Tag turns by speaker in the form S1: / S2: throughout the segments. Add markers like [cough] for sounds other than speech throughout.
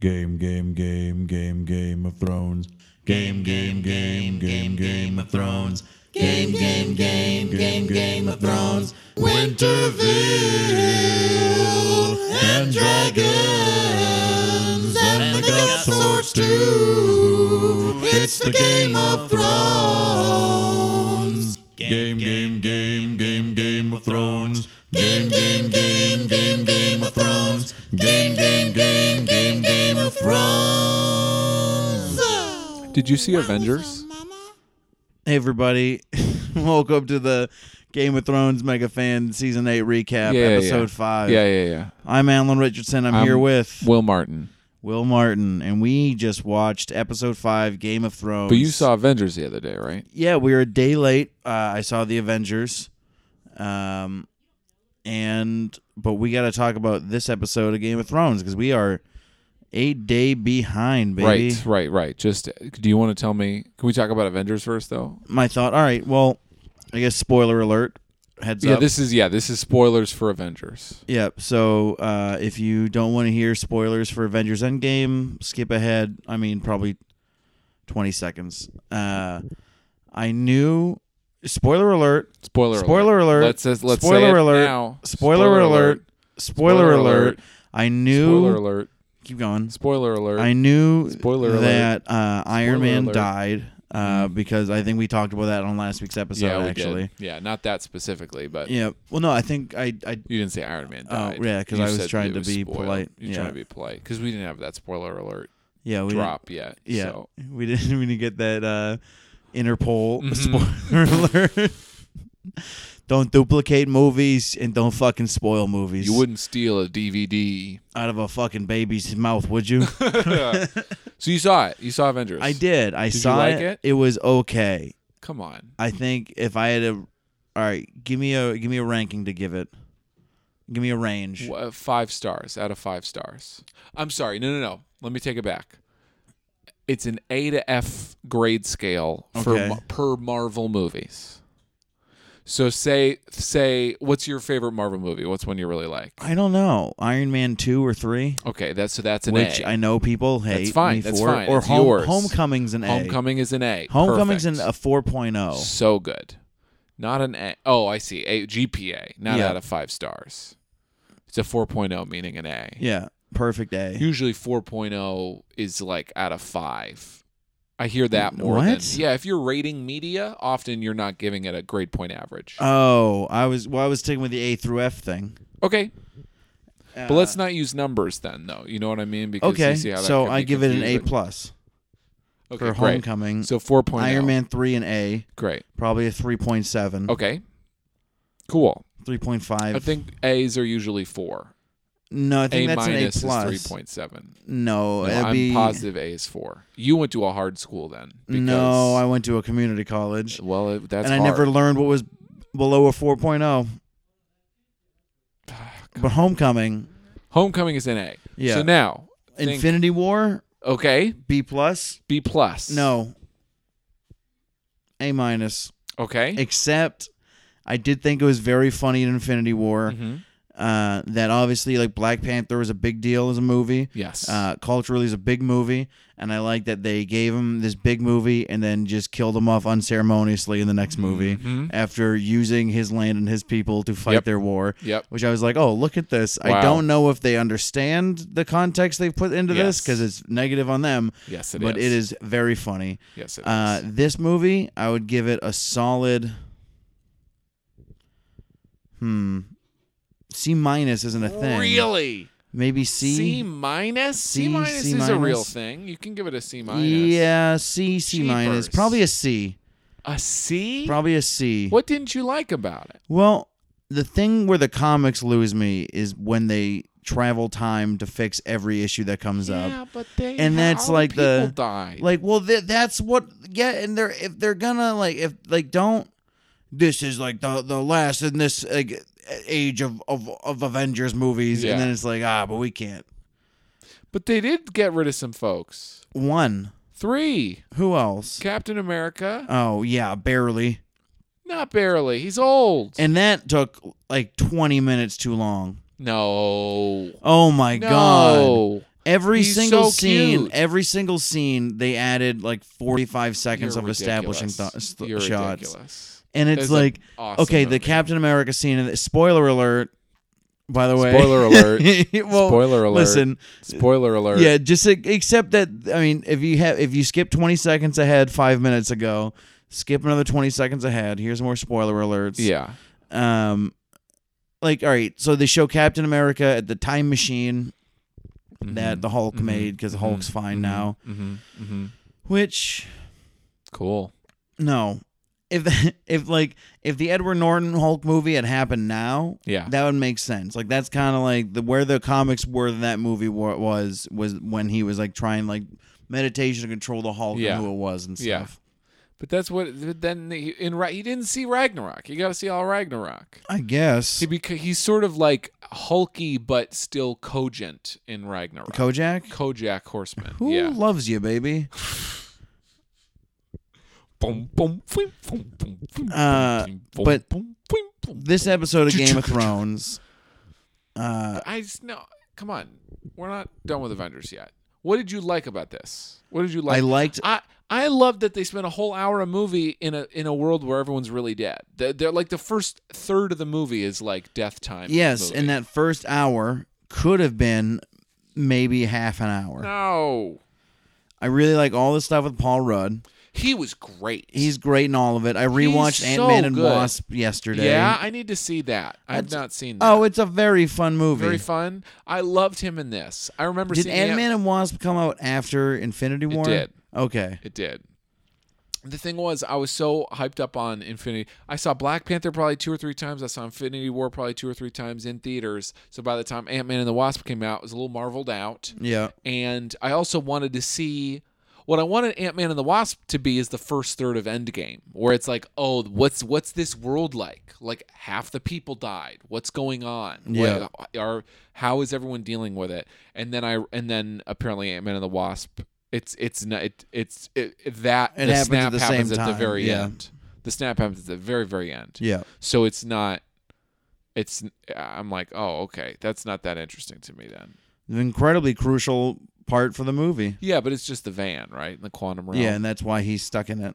S1: Game, game, game, game, Game of Thrones. Game, game, game, game, Game of Thrones. Game, game, game, game, Game of Thrones. Winterfell and dragons and the gut swords too. It's the Game of Thrones. Game, game, game, game, Game of Thrones. Game, game, game, game, Game of Thrones. Game, game, game, game, Game of Thrones.
S2: Did you see Avengers?
S3: Hey everybody, [laughs] welcome to the Game of Thrones Mega Fan Season 8 Recap,
S2: Yeah, yeah,
S3: Episode
S2: yeah.
S3: 5.
S2: Yeah, yeah, yeah.
S3: I'm Alan Richardson. I'm,
S2: I'm-
S3: here with
S2: Will Martin.
S3: Will Martin, and we just watched Episode 5 Game of Thrones.
S2: But you saw Avengers the other day, right?
S3: Yeah, we were a day late. Uh, I saw The Avengers. Um, and But we got to talk about this episode of Game of Thrones because we are a day behind, baby.
S2: Right, right, right. Just do you want to tell me? Can we talk about Avengers first, though?
S3: My thought, all right, well, I guess spoiler alert. Heads
S2: yeah,
S3: up.
S2: this is yeah, this is spoilers for Avengers.
S3: Yep. So uh, if you don't want to hear spoilers for Avengers Endgame, skip ahead. I mean, probably 20 seconds. Uh, I knew. Spoiler alert.
S2: Spoiler.
S3: Spoiler alert.
S2: Let's let's say
S3: Spoiler
S2: it
S3: alert.
S2: now.
S3: Spoiler, alert. Spoiler, alert. I knew.
S2: Spoiler alert.
S3: Keep going.
S2: Spoiler alert.
S3: I knew
S2: Spoiler alert.
S3: that uh, Iron
S2: Spoiler
S3: Man
S2: alert. Mm-hmm.
S3: died uh, because I think we talked about that on last week's episode,
S2: yeah, we
S3: actually.
S2: did. Uh, Yeah, not that specifically, but
S3: Yeah. Well, no, I think I, I
S2: you didn't say Iron Man
S3: Oh,
S2: died.
S3: yeah, 'cause
S2: You
S3: I was
S2: said
S3: trying
S2: it
S3: to be
S2: spoiled.
S3: polite.
S2: You're
S3: Yeah.
S2: trying to be polite because we didn't have that spoiler alert
S3: yeah we didn't-
S2: drop yet.
S3: Yeah,
S2: so.
S3: [laughs] we didn't we didn't get that uh, Interpol [laughs]
S2: Mhm.
S3: spoiler alert. [laughs] don't duplicate movies and don't fucking spoil movies.
S2: You wouldn't steal a DVD.
S3: out of a fucking baby's mouth, would
S2: [laughs]
S3: you?
S2: so you saw it. You saw Avengers.
S3: I did. I
S2: Did you
S3: saw
S2: like
S3: it.
S2: it?
S3: was okay.
S2: Come on.
S3: I think if I had a, all right, give me a give me a ranking to give it. Give me a range.
S2: Wha- Five stars out of five stars. I'm sorry. No, no, no. Let me take it back. It's an A to F grade scale for
S3: Okay.
S2: ma- per Marvel movies. So say say what's your favorite Marvel movie? What's one you really like?
S3: I don't know. Iron Man two or three,
S2: Okay, that's so that's an
S3: which
S2: A.
S3: I know people hate
S2: fine,
S3: me
S2: that's
S3: for.
S2: fine,
S3: Or
S2: it's
S3: home,
S2: yours.
S3: Homecoming's an
S2: Homecoming is an A.
S3: A. Homecoming's
S2: Perfect.
S3: an, a oh. 4.0.
S2: So good. Not an A. Oh, I see. A GPA, not
S3: Yeah.
S2: out of five stars. It's a 4.0, meaning an A.
S3: Yeah, perfect A.
S2: Usually 4.0 is like out of five. I hear that more than.
S3: What?
S2: Yeah, if you're rating media, often you're not giving it a grade point average.
S3: oh, I was well, I was sticking with the A through F thing.
S2: okay, but let's not use numbers then, though. You know what I mean? Because you
S3: uh, Okay,
S2: see how that
S3: so
S2: could
S3: I
S2: be
S3: give it an A
S2: confusing.
S3: plus
S2: okay,
S3: for
S2: great.
S3: Homecoming.
S2: So 4.0.
S3: Iron Man three and A,
S2: Great.
S3: probably a three point seven,
S2: Okay. Cool.
S3: three point
S2: I
S3: five.
S2: think A's are usually four.
S3: No, I
S2: A
S3: think that's an A
S2: minus is
S3: plus.
S2: three point seven.
S3: No,
S2: No,
S3: it'd
S2: I'm
S3: be,
S2: positive A is four. You went to a hard school then. Because,
S3: No, I went to a community college,
S2: well, it, that's
S3: and I
S2: hard.
S3: never learned what was below a 4.0. But Homecoming,
S2: Homecoming is an A.
S3: Yeah.
S2: So now, think-
S3: Infinity War,
S2: okay,
S3: B plus.
S2: B plus.
S3: No, A minus.
S2: Okay.
S3: except I did think it was very funny in Infinity War
S2: Mhm.
S3: uh, that obviously like Black Panther was a big deal as a movie.
S2: Yes.
S3: Uh, culturally is a big movie, and I like that they gave him this big movie and then just killed him off unceremoniously in the next movie
S2: Mhm.
S3: after using his land and his people to fight
S2: Yep.
S3: their war.
S2: Yep.
S3: Which I was like, oh, look at this. I
S2: Wow.
S3: don't know if they understand the context they've put into this
S2: Yes.
S3: because it's negative on them,
S2: Yes, it is.
S3: but it is very funny.
S2: Yes, it is.
S3: Uh, this movie, I would give it a solid. Hmm. C minus isn't a thing.
S2: Really?
S3: Maybe C.
S2: C minus? C,
S3: C,
S2: minus
S3: C
S2: is a real
S3: minus?
S2: thing. You can give it a C minus.
S3: Yeah, C, C minus.
S2: Jeepers.
S3: Probably a C.
S2: A C?
S3: Probably a C.
S2: What didn't you like about it?
S3: Well, the thing where the comics lose me is when they travel time to fix every issue that comes up.
S2: Yeah, but they
S3: uh, And that's
S2: how
S3: like the-
S2: people died.
S3: like well th- that's what yeah and they're if they're gonna like if like don't this is like the the last in this like age of of, of avengers movies
S2: Yeah.
S3: and then it's like ah but we can't
S2: but they did get rid of some folks.
S3: one
S2: Three.
S3: who else
S2: Captain America.
S3: oh yeah barely
S2: Not barely. He's old.
S3: and that took like 20 minutes too long
S2: no.
S3: oh my god
S2: No.
S3: Every
S2: He's
S3: single
S2: so
S3: scene,
S2: cute.
S3: every single scene, they added like 45 seconds
S2: You're
S3: of establishing
S2: ridiculous.
S3: th- st-
S2: You're
S3: shots.
S2: ridiculous.
S3: And it's
S2: It's a
S3: like,
S2: awesome
S3: okay,
S2: movie.
S3: the Captain America scene, and the- spoiler alert, by the way.
S2: Spoiler alert.
S3: [laughs] well,
S2: Spoiler alert.
S3: Listen,
S2: Spoiler alert.
S3: yeah, just e- except that I mean, if you have if you skip 20 seconds ahead 5 minutes ago, skip another 20 seconds ahead. Here's more spoiler alerts.
S2: Yeah.
S3: Um like all right, so they show Captain America at the time machine that the Hulk made cuz the Hulk's fine now,
S2: Mm-hmm. Mm-hmm.
S3: which
S2: Cool.
S3: no. If [laughs] if like if the Edward Norton Hulk movie had happened now,
S2: Yeah.
S3: that would make sense. Like that's kind of like the where the comics were in that movie wa- was was when he was like trying like meditation to control the Hulk
S2: Yeah.
S3: and who it was and
S2: Yeah.
S3: stuff.
S2: But that's what. Then he, in Ra- he didn't see Ragnarok. You got to see all Ragnarok.
S3: I guess
S2: He beca- he's sort of like hulky but still cogent in Ragnarok.
S3: Kojak.
S2: Kojak Horseman.
S3: Who
S2: Yeah.
S3: loves you, baby?
S2: Boom, boom, boom, boom, boom, boom,
S3: Uh,
S2: boom,
S3: but
S2: boom, boom, boom.
S3: This episode of
S2: [laughs]
S3: Game of Thrones. Uh,
S2: I just no. Come on, we're not done with Avengers yet. What did you like about this? What did you like?
S3: I liked.
S2: I I love that they spent a whole hour a movie in a in a world where everyone's really dead. They're, they're like the first third of the movie is like death time.
S3: Yes,
S2: movie.
S3: and that first hour could have been maybe half an hour.
S2: no,
S3: I really like all the stuff with Paul Rudd.
S2: he was great.
S3: He's great in all of it. I rewatched
S2: so
S3: Ant Man and
S2: good.
S3: Wasp yesterday.
S2: yeah. I need to see that. I've
S3: That's-
S2: not seen that.
S3: Oh, it's a very fun movie.
S2: very fun. I loved him in this. I remember
S3: Did
S2: seeing
S3: Ant Man
S2: Ant-
S3: and Wasp come out after Infinity War?
S2: did.
S3: Okay.
S2: It did. The thing was, I was so hyped up on Infinity. I saw Black Panther probably two or three times. I saw Infinity War probably two or three times in theaters. So by the time Ant Man and the Wasp came out, I was a little marveled out.
S3: Yeah.
S2: And I also wanted to see what I wanted Ant Man and the Wasp to be is the first third of Endgame, where it's like, oh, what's what's this world like? Like half the people died. What's going on?
S3: Yeah.
S2: What, are how is everyone dealing with it? And then I and then apparently Ant Man and the Wasp. It's it's not it, it's it, it- that
S3: It
S2: the
S3: happens at
S2: snap
S3: the same
S2: happens at the
S3: time,
S2: very
S3: yeah.
S2: end. The snap happens at the very very end.
S3: Yeah.
S2: So it's not. It's I'm like, oh, okay, that's not that interesting to me then.
S3: An incredibly crucial part for the movie.
S2: Yeah, but it's just the van, right? In the quantum realm.
S3: Yeah, and that's why he's stuck in it.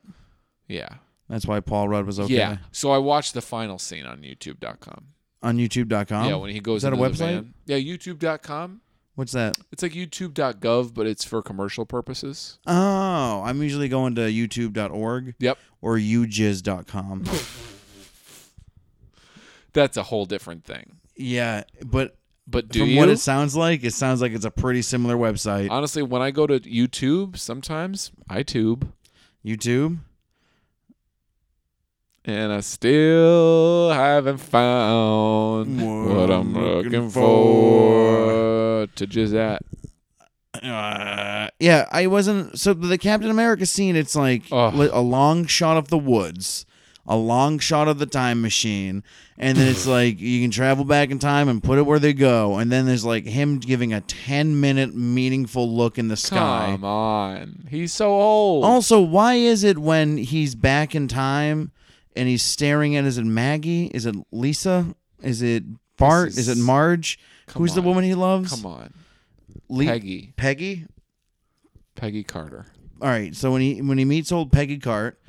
S2: Yeah.
S3: That's why Paul Rudd was okay.
S2: Yeah. So I watched the final scene on YouTube.com.
S3: On YouTube.com.
S2: yeah, when he goes
S3: Um, is that a
S2: into the
S3: website?
S2: van. Yeah, YouTube.com.
S3: What's that?
S2: It's like YouTube.gov, but it's for commercial purposes.
S3: Oh, I'm usually going to YouTube.org
S2: Yep. [laughs]
S3: or ujiz.com.
S2: That's a whole different thing.
S3: yeah, but
S2: But do
S3: from
S2: you?
S3: what it sounds like, it sounds like it's a pretty similar website.
S2: Honestly, when I go to YouTube, sometimes I tube,
S3: YouTube?
S2: and I still haven't found
S3: What
S2: what, I'm
S3: I'm
S2: looking,
S3: looking
S2: for. To just that.
S3: Uh, yeah, I wasn't. So the Captain America scene, it's like
S2: Ugh.
S3: li- a long shot of the woods, a long shot of the time machine, and then
S2: [laughs]
S3: it's like you can travel back in time and put it where they go, and then there's like him giving a ten minute meaningful look in the sky.
S2: Come on, he's so old.
S3: Also, why is it when he's back in time and he's staring at is it Maggie? Is it Lisa? Is it Bart?
S2: This
S3: Is,
S2: is-
S3: it Marge?
S2: Come
S3: Who's the
S2: on.
S3: woman he loves?
S2: Come on,
S3: Le-
S2: Peggy,
S3: Peggy?
S2: Peggy Carter.
S3: all right so when he when he meets old peggy cart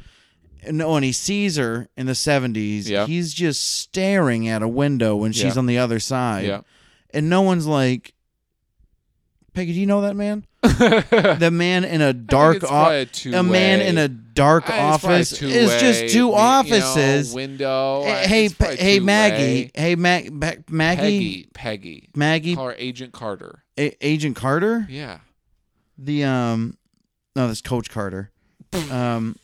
S3: no when he sees her in the 70s
S2: Yeah.
S3: he's just staring at a window when she's
S2: Yeah.
S3: on the other side
S2: Yeah.
S3: and no one's like peggy do you know
S2: [laughs]
S3: that man the man in a dark office a man in a dark
S2: Ah,
S3: office is just two offices
S2: window. Ah,
S3: Hey- hey
S2: It's
S3: Pe-
S2: probably
S3: hey
S2: two-way.
S3: maggie hey Mag- Mag- maggie
S2: Peggy, Peggy,
S3: maggie
S2: call her Agent Carter.
S3: A- agent carter
S2: Yeah,
S3: the um no that's coach carter um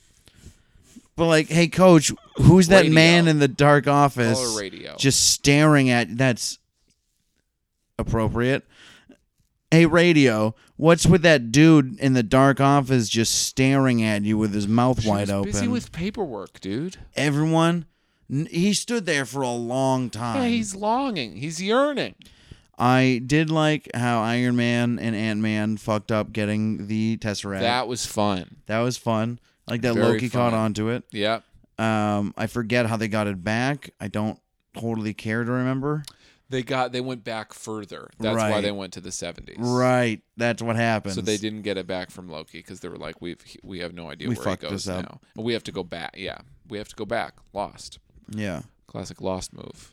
S3: but like hey coach who's that
S2: Radio.
S3: man in the dark office
S2: call her radio.
S3: just staring at that's appropriate hey radio what's with that dude in the dark office just staring at you with his mouth
S2: She
S3: wide
S2: was
S3: open
S2: Busy with paperwork, dude.
S3: everyone n- he stood there for a long time
S2: Yeah, he's longing. He's yearning.
S3: i did like how iron man and ant-man fucked up getting the tesseract
S2: That was fun.
S3: That was fun. I Like that
S2: Very
S3: Loki caught
S2: fun.
S3: onto it.
S2: Yep.
S3: Um, I forget how they got it back. I don't totally care to remember.
S2: they got they went back further. That's why
S3: Right.
S2: they went to the seventies.
S3: Right. That's what happens.
S2: So they didn't get it back from Loki because they were like, "We've we have no idea
S3: We
S2: where it
S3: fucked
S2: goes
S3: this up.
S2: now, and we have to go back." Yeah, we have to go back. Lost,
S3: Yeah.
S2: classic Lost move.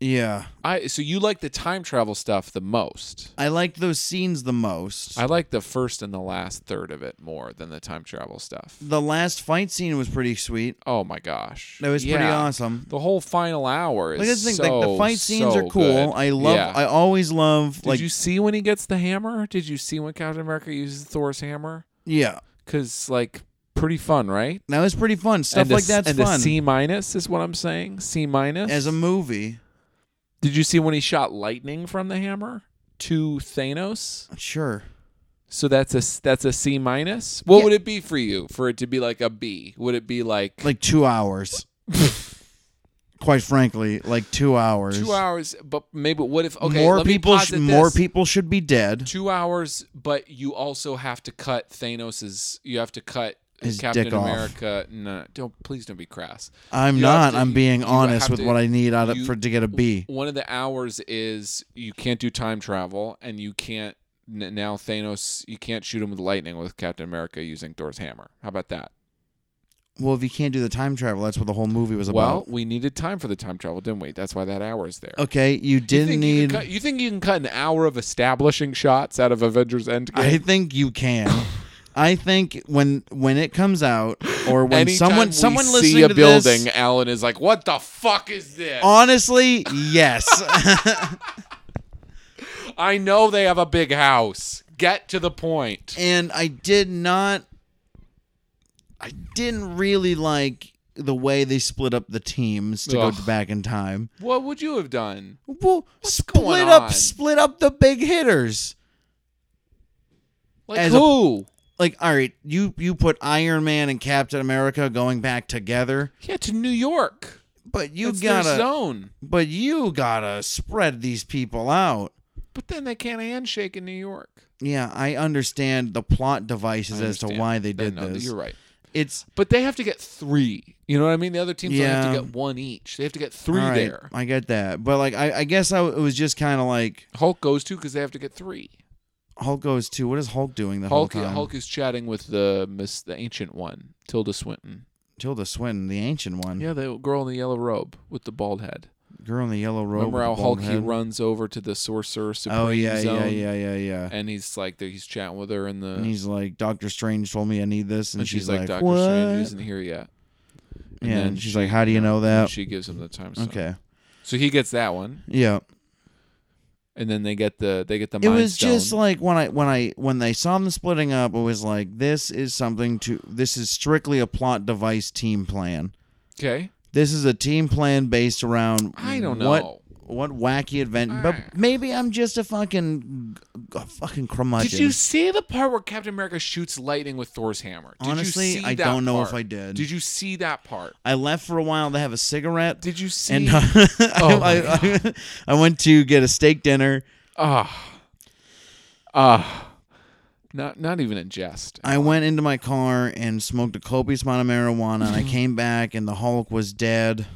S3: Yeah.
S2: I so you like the time travel stuff the most.
S3: I like those scenes the most.
S2: I like the first and the last third of it more than the time travel stuff.
S3: the last fight scene was pretty sweet.
S2: Oh my gosh,
S3: That was pretty
S2: Yeah.
S3: awesome.
S2: The whole final hour is
S3: Like that's the thing.
S2: so
S3: like the fight scenes
S2: so
S3: are cool.
S2: good.
S3: I love.
S2: Yeah.
S3: I always love.
S2: Did
S3: like
S2: you see when he gets the hammer? Did you see when Captain America uses Thor's hammer?
S3: yeah,
S2: Because like pretty fun, right?
S3: that was pretty fun. Stuff
S2: and the
S3: like
S2: s-
S3: that's
S2: and
S3: fun
S2: the C minus is what I'm saying. C minus.
S3: as a movie.
S2: Did you see when he shot lightning from the hammer to Thanos?
S3: Sure.
S2: So that's a s- that's a C minus. What
S3: Yeah.
S2: would it be for you for it to be like a B? Would it be like,
S3: Like
S2: [laughs]
S3: two hours. Quite frankly, like two hours.
S2: two hours? But maybe what if okay?
S3: more
S2: let me
S3: people. Sh-
S2: posit
S3: more
S2: this.
S3: people should be dead.
S2: Two hours, but you also have to cut Thanos's. You have to cut
S3: His
S2: Captain
S3: dick off.
S2: America. No, don't please don't be crass.
S3: I'm
S2: you
S3: not.
S2: have to-
S3: I'm being
S2: you
S3: honest
S2: have
S3: with
S2: to-
S3: what I need out of
S2: you-
S3: for to get a B.
S2: One of the hours is you can't do time travel, and you can't n- now Thanos. You can't shoot him with lightning with Captain America using Thor's hammer. How about that?
S3: Well, if you can't do the time travel, that's what the whole movie was
S2: Well,
S3: about.
S2: we needed time for the time travel, didn't we? That's why that hour is there.
S3: okay, you
S2: You
S3: didn't
S2: think you
S3: need.
S2: can cut- you think you can cut an hour of establishing shots out of Avengers Endgame?
S3: I think you can.
S2: [laughs]
S3: I think when when it comes out or when
S2: Anytime
S3: someone
S2: we
S3: someone
S2: see
S3: listening
S2: a
S3: to
S2: building, uh,
S3: this,
S2: Alan is like, "What the fuck is this?"
S3: honestly,
S2: [laughs]
S3: yes. [laughs]
S2: I know they have a big house. Get to the point.
S3: and I did not. I didn't really like the way they split up the teams to
S2: Ugh.
S3: go back in time.
S2: What would you have done?
S3: Well, split
S2: going
S3: up,
S2: on?
S3: split up the big hitters.
S2: Like
S3: As a-
S2: who?
S3: Like, all right, you you put Iron Man and Captain America going back together,
S2: yeah, to New York.
S3: but you
S2: That's their
S3: gotta,
S2: zone.
S3: but you gotta spread these people out.
S2: But then they can't handshake in New York.
S3: Yeah, I understand the plot devices
S2: I
S3: as to
S2: understand.
S3: why they
S2: Then,
S3: did
S2: no,
S3: this.
S2: You're right.
S3: It's
S2: But they have to get three. You know what I mean? The other teams only have
S3: Yeah.
S2: to get one each. They have to get three
S3: all right,
S2: there.
S3: I get that, but like, I, I guess I, it was just kind of like
S2: Hulk goes too because they have to get three.
S3: Hulk goes too. What is Hulk doing the
S2: Hulk
S3: whole time?
S2: Hulk is chatting with the miss the ancient one, Tilda Swinton.
S3: Tilda Swinton, the ancient one,
S2: Yeah, the girl in the yellow robe with the bald head.
S3: girl in the yellow robe.
S2: Remember
S3: with
S2: how
S3: the bald
S2: Hulk he
S3: head?
S2: runs over to the sorcerer supreme
S3: Oh yeah,
S2: zone,
S3: yeah, yeah, yeah, yeah.
S2: and he's like he's chatting with her in the
S3: And he's like, Doctor Strange told me I need this, and,
S2: and she's, like, Doctor
S3: what?
S2: Strange isn't here yet.
S3: yeah,
S2: then
S3: and she's
S2: she-
S3: like, how do you know
S2: And
S3: that?
S2: she gives him the time stone.
S3: Oh. okay,
S2: So he gets that one,
S3: yeah.
S2: and then they get the they get the.
S3: it
S2: Mind
S3: was
S2: Stone.
S3: just like when I when I when they saw them splitting up, it was like this is something to this is strictly a plot device team plan.
S2: okay.
S3: This is a team plan based around
S2: I don't know.
S3: what what wacky event, but
S2: Ah.
S3: maybe I'm just a fucking a fucking curmudgeon.
S2: Did you see the part where Captain America shoots lightning with Thor's hammer? Did you
S3: Honestly,
S2: see
S3: I
S2: that
S3: don't know
S2: part?
S3: if I did.
S2: Did you see that part?
S3: I left for a while to have a cigarette,
S2: Did you
S3: [laughs]
S2: see? Oh
S3: and uh, I, I, I, I went to get a steak dinner.
S2: Ah, ah, not not even in jest.
S3: I went into my car and smoked a copious amount of marijuana. and I came back, and the Hulk was dead.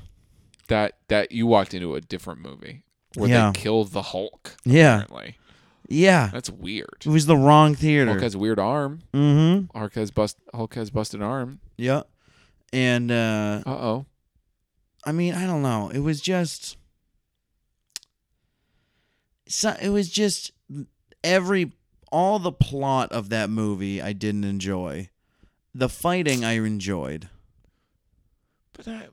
S2: That that you walked into a different movie where
S3: Yeah.
S2: they kill the Hulk.
S3: Yeah,
S2: Apparently,
S3: yeah.
S2: that's weird.
S3: It was the wrong theater.
S2: Hulk has a weird arm.
S3: Mm-hmm.
S2: Hulk has bust. Hulk has busted arm.
S3: Yeah. And uh
S2: Uh oh.
S3: I mean, I don't know. It was just so it was just every all the plot of that movie I didn't enjoy. The fighting I enjoyed.
S2: But I,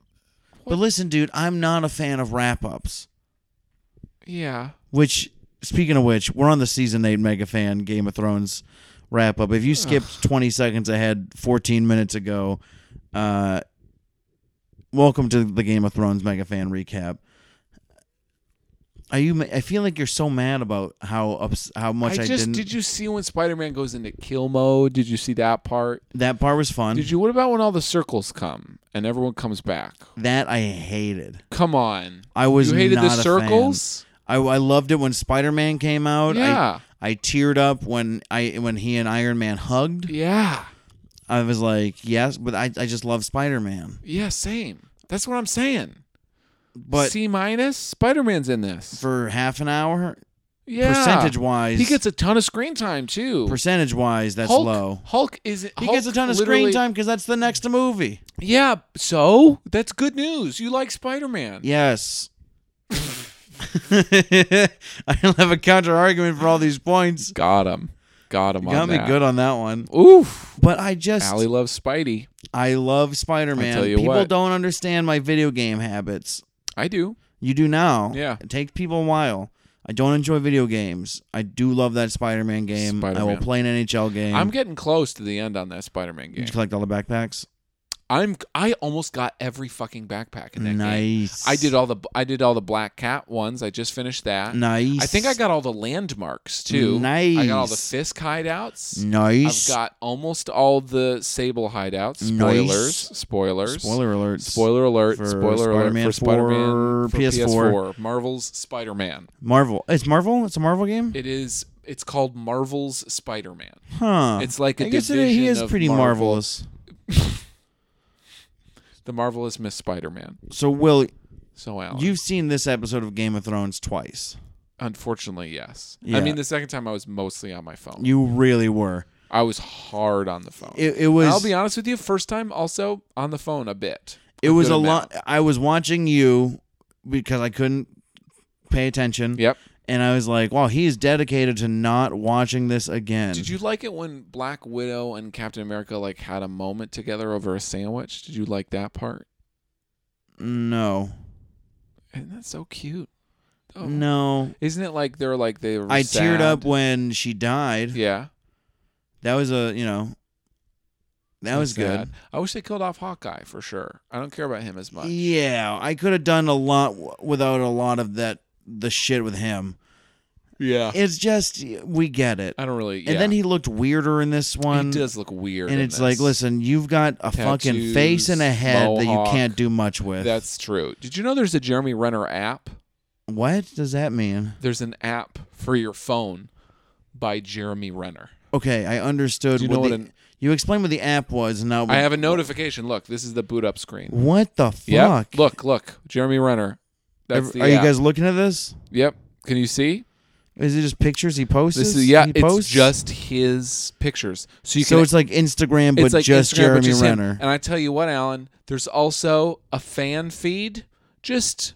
S3: But listen, dude, I'm not a fan of wrap-ups,
S2: yeah.
S3: which speaking of which, we're on the season 8 mega fan Game of Thrones wrap up. If you skipped 20 seconds ahead 14 minutes ago, uh welcome to the Game of Thrones mega fan recap. Are you ma- I feel like you're so mad about how ups, how much I,
S2: I just
S3: didn't
S2: did you see when Spider Man goes into kill mode? Did you see that part?
S3: That part was fun.
S2: Did you what about when all the circles come and everyone comes back?
S3: that I hated.
S2: Come on.
S3: I was
S2: you hated
S3: not
S2: the
S3: a fan.
S2: circles?
S3: I, I loved it when Spider-Man came out. I-
S2: Yeah.
S3: I teared up when I when he and Iron Man hugged.
S2: yeah.
S3: I was like, yes, but I, I just love Spider Man.
S2: Yeah, same. That's what I'm saying.
S3: But
S2: C minus. Spider Man's in this.
S3: for half an hour,
S2: yeah.
S3: percentage wise,
S2: He gets a ton of screen time too.
S3: percentage wise, that's
S2: Hulk,
S3: low.
S2: Hulk is.
S3: He
S2: Hulk
S3: gets a ton of screen
S2: literally-
S3: time because that's the next movie.
S2: Yeah. So that's good news. You like Spider Man.
S3: Yes. [laughs] I don't have a counter argument for all these points.
S2: Got him. Got him.
S3: You
S2: on
S3: got me
S2: that.
S3: good on that one.
S2: Oof.
S3: But I just
S2: Allie loves Spidey.
S3: I love Spider
S2: I
S3: Man.
S2: tell you
S3: People
S2: what.
S3: don't understand my video game habits.
S2: I do.
S3: You do now.
S2: Yeah.
S3: It takes people a while. I don't enjoy video games. I do love that Spider Man game. I will
S2: Spider-Man.
S3: play an NHL game.
S2: I'm getting close to the end on that Spider Man game.
S3: Did you collect all the backpacks?
S2: I'm I almost got every fucking backpack in that game.
S3: Nice.
S2: I did all the I did all the Black Cat ones. I just finished that.
S3: Nice.
S2: I think I got all the landmarks too.
S3: Nice.
S2: I got all the Fisk hideouts. I've
S3: Nice.
S2: got almost all the Sable hideouts. Spoilers.
S3: Nice.
S2: Spoilers.
S3: Spoiler alert.
S2: Spoiler alert.
S3: For
S2: spoiler
S3: Spider-Man
S2: alert for Spider-Man
S3: 4,
S2: for
S3: PS4.
S2: PS4. Marvel's Spider-Man.
S3: Marvel. It's Marvel. It's a Marvel game.
S2: It is. It's called Marvel's Spider-Man.
S3: huh.
S2: It's like a
S3: I guess today he
S2: division
S3: is
S2: of
S3: pretty
S2: Marvel.
S3: marvelous.
S2: The Marvelous Miss Spider-Man.
S3: So Will,
S2: So Alan,
S3: you've seen this episode of Game of Thrones twice.
S2: unfortunately, yes.
S3: Yeah.
S2: I mean, the second time I was mostly on my phone.
S3: You really were.
S2: I was hard on the phone.
S3: It, it was.
S2: I'll be honest with you. First time, also on the phone a bit.
S3: it was
S2: good
S3: a
S2: amount.
S3: lot. I was watching you because I couldn't pay attention.
S2: Yep.
S3: And I was like, wow, he's dedicated to not watching this again.
S2: Did you like it when Black Widow and Captain America like had a moment together over a sandwich? Did you like that part?
S3: No.
S2: Isn't that so cute? Oh.
S3: No.
S2: Isn't it like they're like they? Were
S3: I teared
S2: sad?
S3: up when she died.
S2: Yeah,
S3: That was a, you know, that was
S2: that's
S3: good.
S2: sad. I wish they killed off Hawkeye for sure. I don't care about him as much.
S3: Yeah, I could have done a lot w- without a lot of that the shit with him.
S2: Yeah,
S3: It's just we get it.
S2: I don't really.
S3: And
S2: Uh. yeah.
S3: then he looked weirder in this one.
S2: he does look weird.
S3: and
S2: in
S3: it's like,
S2: this.
S3: listen, you've got a fucking face and a
S2: Tattoos,
S3: head that you
S2: mohawk.
S3: can't do much with.
S2: that's true. Did you know there's a Jeremy Renner app?
S3: what does that mean?
S2: There's an app for your phone by Jeremy Renner.
S3: Okay, I understood.
S2: Do you know
S3: what
S2: what
S3: the-
S2: an-
S3: you explained what the app was. Now
S2: I have a notification. Look, this is the boot up screen.
S3: What the fuck?
S2: Yeah. Look, look. Jeremy Renner. That's
S3: Ev-
S2: the
S3: Are you
S2: app.
S3: guys looking at this?
S2: Yep. Can you see?
S3: Is it just pictures he posts?
S2: This is yeah,
S3: He
S2: it's
S3: posts?
S2: just his pictures. So you
S3: so
S2: can
S3: it's like Instagram, but
S2: it's like
S3: just
S2: Instagram, but
S3: Jeremy
S2: just him.
S3: Renner.
S2: And I tell you what, Alan, there's also a fan feed, just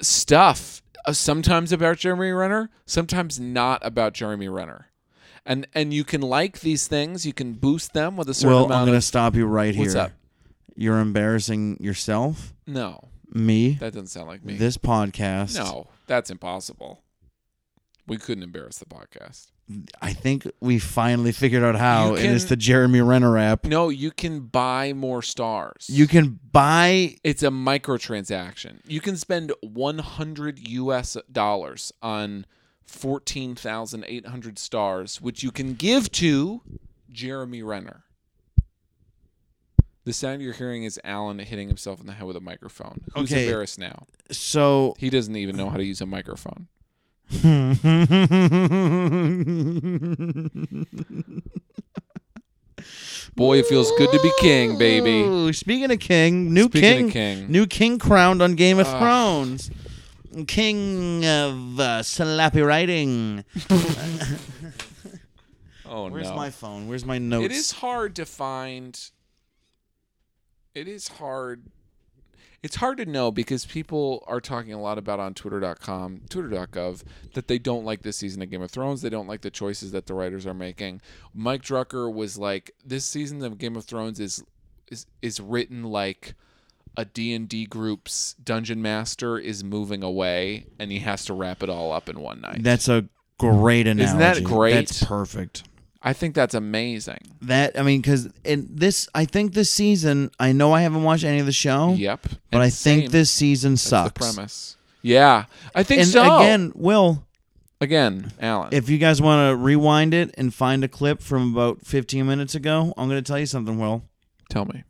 S2: stuff. uh, Sometimes about Jeremy Renner, sometimes not about Jeremy Renner. And and you can like these things, you can boost them with a certain
S3: Well,
S2: amount
S3: I'm gonna
S2: of
S3: stop you right here.
S2: What's up?
S3: You're embarrassing yourself,
S2: No,
S3: me,
S2: that doesn't sound like me.
S3: this podcast.
S2: No, that's impossible. We couldn't embarrass the podcast.
S3: I think we finally figured out how,
S2: You
S3: and it's
S2: can-
S3: the Jeremy Renner app.
S2: No, you can buy more stars.
S3: You can buy.
S2: it's a microtransaction. You can spend 100 US dollars on 14,800 stars, which you can give to Jeremy Renner. The sound you're hearing is Alan hitting himself in the head with a microphone. Who's
S3: Okay.
S2: embarrassed now? [laughs]
S3: So [laughs]
S2: He doesn't even know how to use a microphone. Boy, it feels good to be king, baby.
S3: Ooh, speaking of King, new
S2: Speaking
S3: King,
S2: of King.
S3: new King crowned on Game of
S2: Ah.
S3: Thrones, King of uh, Slappy Writing.
S2: Oh
S3: Where's
S2: no.
S3: my phone? Where's my notes?
S2: It is hard to find. It is hard. It's hard to know because people are talking a lot about on Twitter.com, Twitter.gov, that they don't like this season of Game of Thrones. They don't like the choices that the writers are making. Mike Drucker was like, "This season of Game of Thrones is is is written like." a D&D group's dungeon master is moving away and he has to wrap it all up in one night.
S3: That's a great analogy.
S2: Isn't that great?
S3: That's perfect.
S2: I think that's amazing.
S3: That I mean, because in this, I think this season. I know I haven't watched any of the show,
S2: Yep.
S3: but
S2: And
S3: I
S2: same.
S3: think this season
S2: That's
S3: sucks.
S2: The premise. Yeah, I think
S3: and
S2: so.
S3: again, Will,
S2: again, Alan.
S3: if you guys want to rewind it and find a clip from about 15 minutes ago, I'm going to tell you something, Will.
S2: tell me,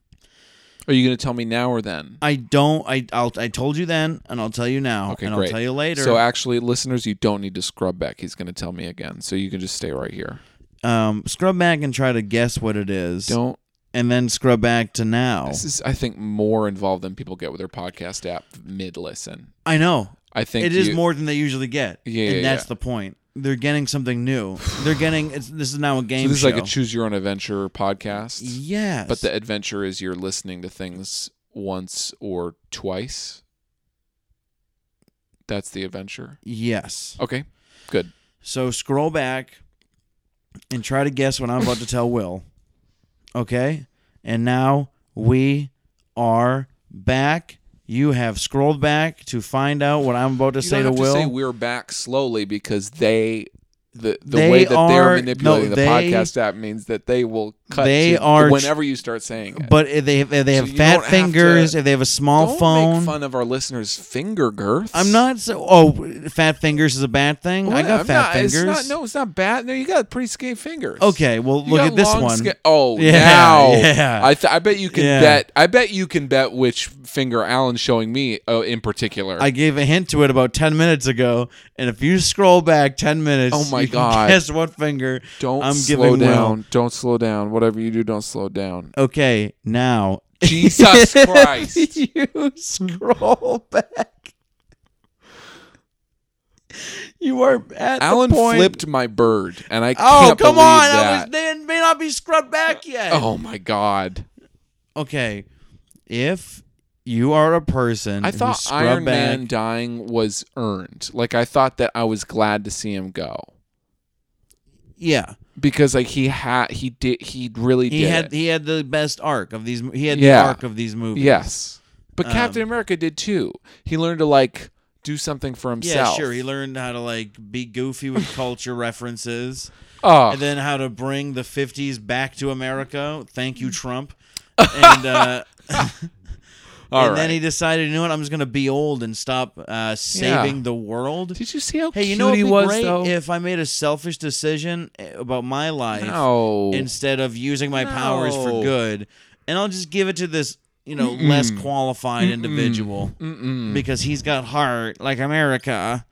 S2: are you going to tell me now or then?
S3: I don't. I I'll, I told you then, and I'll tell you now,
S2: Okay,
S3: and
S2: great.
S3: I'll tell you later.
S2: So actually, listeners, you don't need to scrub back. He's going to tell me again, so you can just stay right here.
S3: um, scrub back and try to guess what it is.
S2: Don't
S3: and then scrub back to now.
S2: This is, I think, more involved than people get with their podcast app mid listen.
S3: I know.
S2: I think
S3: It is
S2: you-
S3: more than they usually get.
S2: Yeah,
S3: and
S2: yeah,
S3: that's
S2: yeah.
S3: the point. They're getting something new. They're getting it's, this is now a game
S2: So this
S3: show.
S2: is like a choose your own adventure podcast.
S3: yes.
S2: But the adventure is you're listening to things once or twice. That's the adventure.
S3: yes.
S2: Okay. Good.
S3: So scroll back and try to guess what I'm about to tell Will. Okay? And now we are back. You have scrolled back to find out what I'm about to say to
S2: don't have
S3: Will.
S2: say we're back slowly because they the the
S3: They
S2: way that
S3: are-
S2: they're manipulating the
S3: no, they-
S2: podcast app means that they will cut
S3: They
S2: to
S3: are tr-
S2: whenever you start saying it.
S3: but if they if they have
S2: you
S3: fat
S2: don't have
S3: fingers,
S2: to-
S3: if they have a small
S2: don't
S3: phone,
S2: make fun of our listeners' finger girths.
S3: I'm not so. Oh, fat fingers is a bad thing. I
S2: What?
S3: got
S2: I'm
S3: fat
S2: not-
S3: fingers.
S2: It's not, no, it's not bad. No, you got pretty skinny fingers.
S3: Okay, well
S2: You
S3: look
S2: got
S3: at this
S2: long
S3: one.
S2: skin- oh,
S3: Yeah,
S2: now
S3: yeah.
S2: I, th- I bet you can
S3: Yeah.
S2: bet. I bet you can bet which finger Alan's showing me uh, in particular.
S3: I gave a hint to it about ten minutes ago, and if you scroll back ten minutes,
S2: Oh my
S3: you can
S2: God.
S3: [laughs] guess what finger?
S2: don't
S3: I'm
S2: slow
S3: giving Will.
S2: down. Don't slow down. Whatever you do, don't slow
S3: [laughs]
S2: down.
S3: Okay, now
S2: [laughs]
S3: [laughs]
S2: Jesus Christ!
S3: you scroll back. You are at
S2: Alan
S3: the point.
S2: flipped my bird, and I
S3: Oh
S2: can't
S3: come
S2: believe
S3: on!
S2: that.
S3: was, they may not be scrubbed back yet.
S2: oh my god! Oh.
S3: Okay, if you are a person,
S2: I
S3: who
S2: thought
S3: scrub
S2: Iron
S3: back,
S2: Man dying was earned. Like I thought that I was glad to see him go
S3: Yeah,
S2: because like he had he did he really
S3: he
S2: did
S3: had
S2: it.
S3: he had the best arc of these. He had
S2: Yeah.
S3: the arc of these movies.
S2: Yes. But
S3: Um,
S2: Captain America did too. He learned to like do something for
S3: Yeah,
S2: himself.
S3: sure. He learned how to like be goofy with culture references,
S2: oh,
S3: and then how to bring the '50s back to America. Thank
S2: [laughs]
S3: you, Trump. And uh,
S2: all
S3: and then
S2: right.
S3: he decided, you know what? I'm just gonna be old and stop uh, saving the world.
S2: did you see how
S3: Hey,
S2: cute
S3: you know
S2: he
S3: it'd be
S2: was
S3: great
S2: though?
S3: if I made a selfish decision eh, about my life
S2: no.
S3: instead of using my powers for
S2: No.
S3: good, and I'll just give it to this, you know, less qualified individual
S2: Mm-mm.
S3: because he's got heart like America.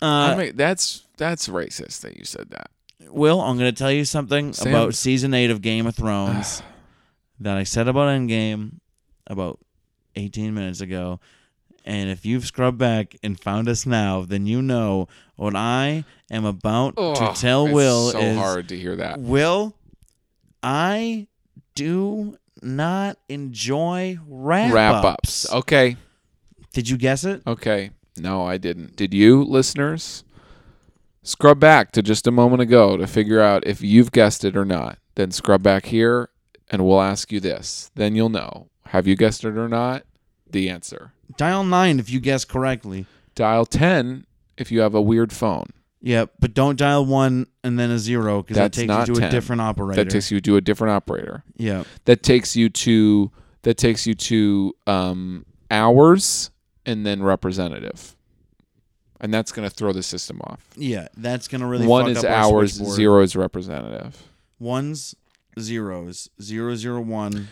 S3: Uh,
S2: I mean, that's that's racist that you said that.
S3: Will, I'm going to tell you something
S2: Sam-
S3: about season eight of Game
S2: [sighs]
S3: of Thrones that I said about Endgame about 18 minutes ago. And if you've scrubbed back and found us now, then you know what I am about
S2: Ugh,
S3: to tell
S2: Oh, it's
S3: Will
S2: so
S3: is
S2: hard to hear that.
S3: Will, I do not enjoy wrap,
S2: Wrap ups. Okay.
S3: Did you guess it?
S2: Okay. No, I didn't. Did you, listeners? Scrub back to just a moment ago to figure out if you've guessed it or not. Then scrub back here and we'll ask you this. Then you'll know. Have you guessed it or not? The answer.
S3: Dial 9 if you guessed correctly.
S2: Dial 10 if you have a weird phone.
S3: Yeah, but don't dial 1 and then a 0 because that
S2: That's
S3: takes
S2: not
S3: you to
S2: 10.
S3: a different operator.
S2: That takes you to a different operator.
S3: yeah.
S2: That takes you to that takes you to um, hours and then representative. And that's going to throw the system off.
S3: Yeah, that's gonna really
S2: One
S3: fuck
S2: is
S3: up our
S2: hours,
S3: switchboard.
S2: zero is representative.
S3: ones, zeros, zero zero one,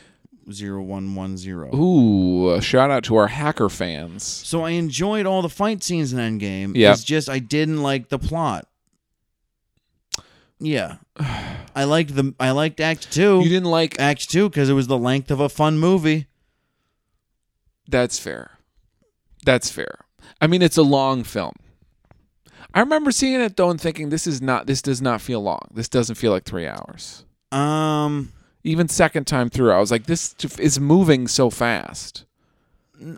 S3: zero one one zero.
S2: Ooh, uh, shout out to our hacker fans.
S3: So I enjoyed all the fight scenes in Endgame.
S2: Yeah.
S3: it's just I didn't like the plot.
S2: [sighs]
S3: Yeah, I liked the I liked Act
S2: You
S3: Two,
S2: didn't like
S3: Act Two, because it was the length of a fun movie.
S2: that's fair. That's fair. I mean, it's a long film. I remember seeing it though and thinking this is not this does not feel long. This doesn't feel like 3 hours.
S3: Um,
S2: Even second time through, I was like this t- is moving so fast.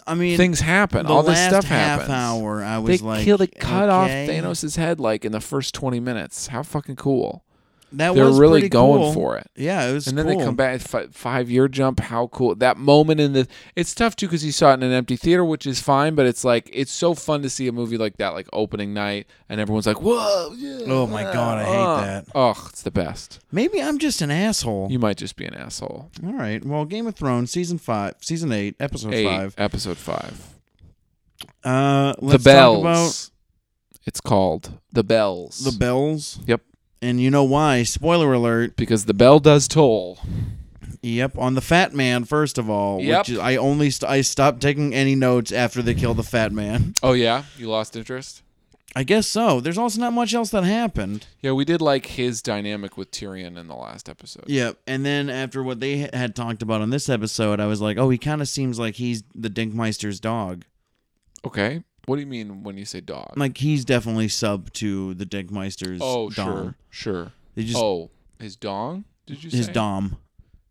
S3: I mean,
S2: Things happen.
S3: the
S2: All this
S3: last
S2: stuff
S3: half
S2: happens.
S3: hour, I
S2: They
S3: was like,
S2: kill, they cut off
S3: okay.
S2: Thanos' head like in the first 20 minutes. How fucking cool.
S3: That
S2: They're
S3: was
S2: really
S3: pretty
S2: going
S3: cool.
S2: for it.
S3: Yeah, it was.
S2: and then
S3: cool.
S2: they come back fi- five year jump how cool that moment in the it's tough too because you saw it in an empty theater which is fine but it's like it's so fun to see a movie like that like opening night and everyone's like whoa yeah,
S3: Oh my God, I hate that.
S2: oh it's the best
S3: Maybe I'm just an asshole.
S2: you might just be an asshole
S3: All right. Well, Game of Thrones season five, season eight, episode
S2: Eight,
S3: five.
S2: episode five
S3: Uh,
S2: the
S3: let's
S2: bells
S3: talk about
S2: it's called the bells
S3: the bells.
S2: Yep.
S3: And you know why? Spoiler alert.
S2: because the bell does toll
S3: Yep. On the Fat Man, first of all.
S2: Yep.
S3: Which is, I only st- I stopped taking any notes after they killed the Fat Man. [laughs]
S2: oh yeah you lost interest
S3: I guess so. There's also not much else that happened.
S2: Yeah, we did like his dynamic with Tyrion in the last episode.
S3: Yeah, and then after what they ha- had talked about on this episode, I was like, oh, he kind of seems like he's the Dinkmeister's dog.
S2: Okay. What do you mean when you say dog?
S3: Like he's definitely sub to the Dinkmeister's.
S2: oh,
S3: dom.
S2: sure. Sure.
S3: They just
S2: oh, his dong? Did you
S3: his
S2: say?
S3: dom,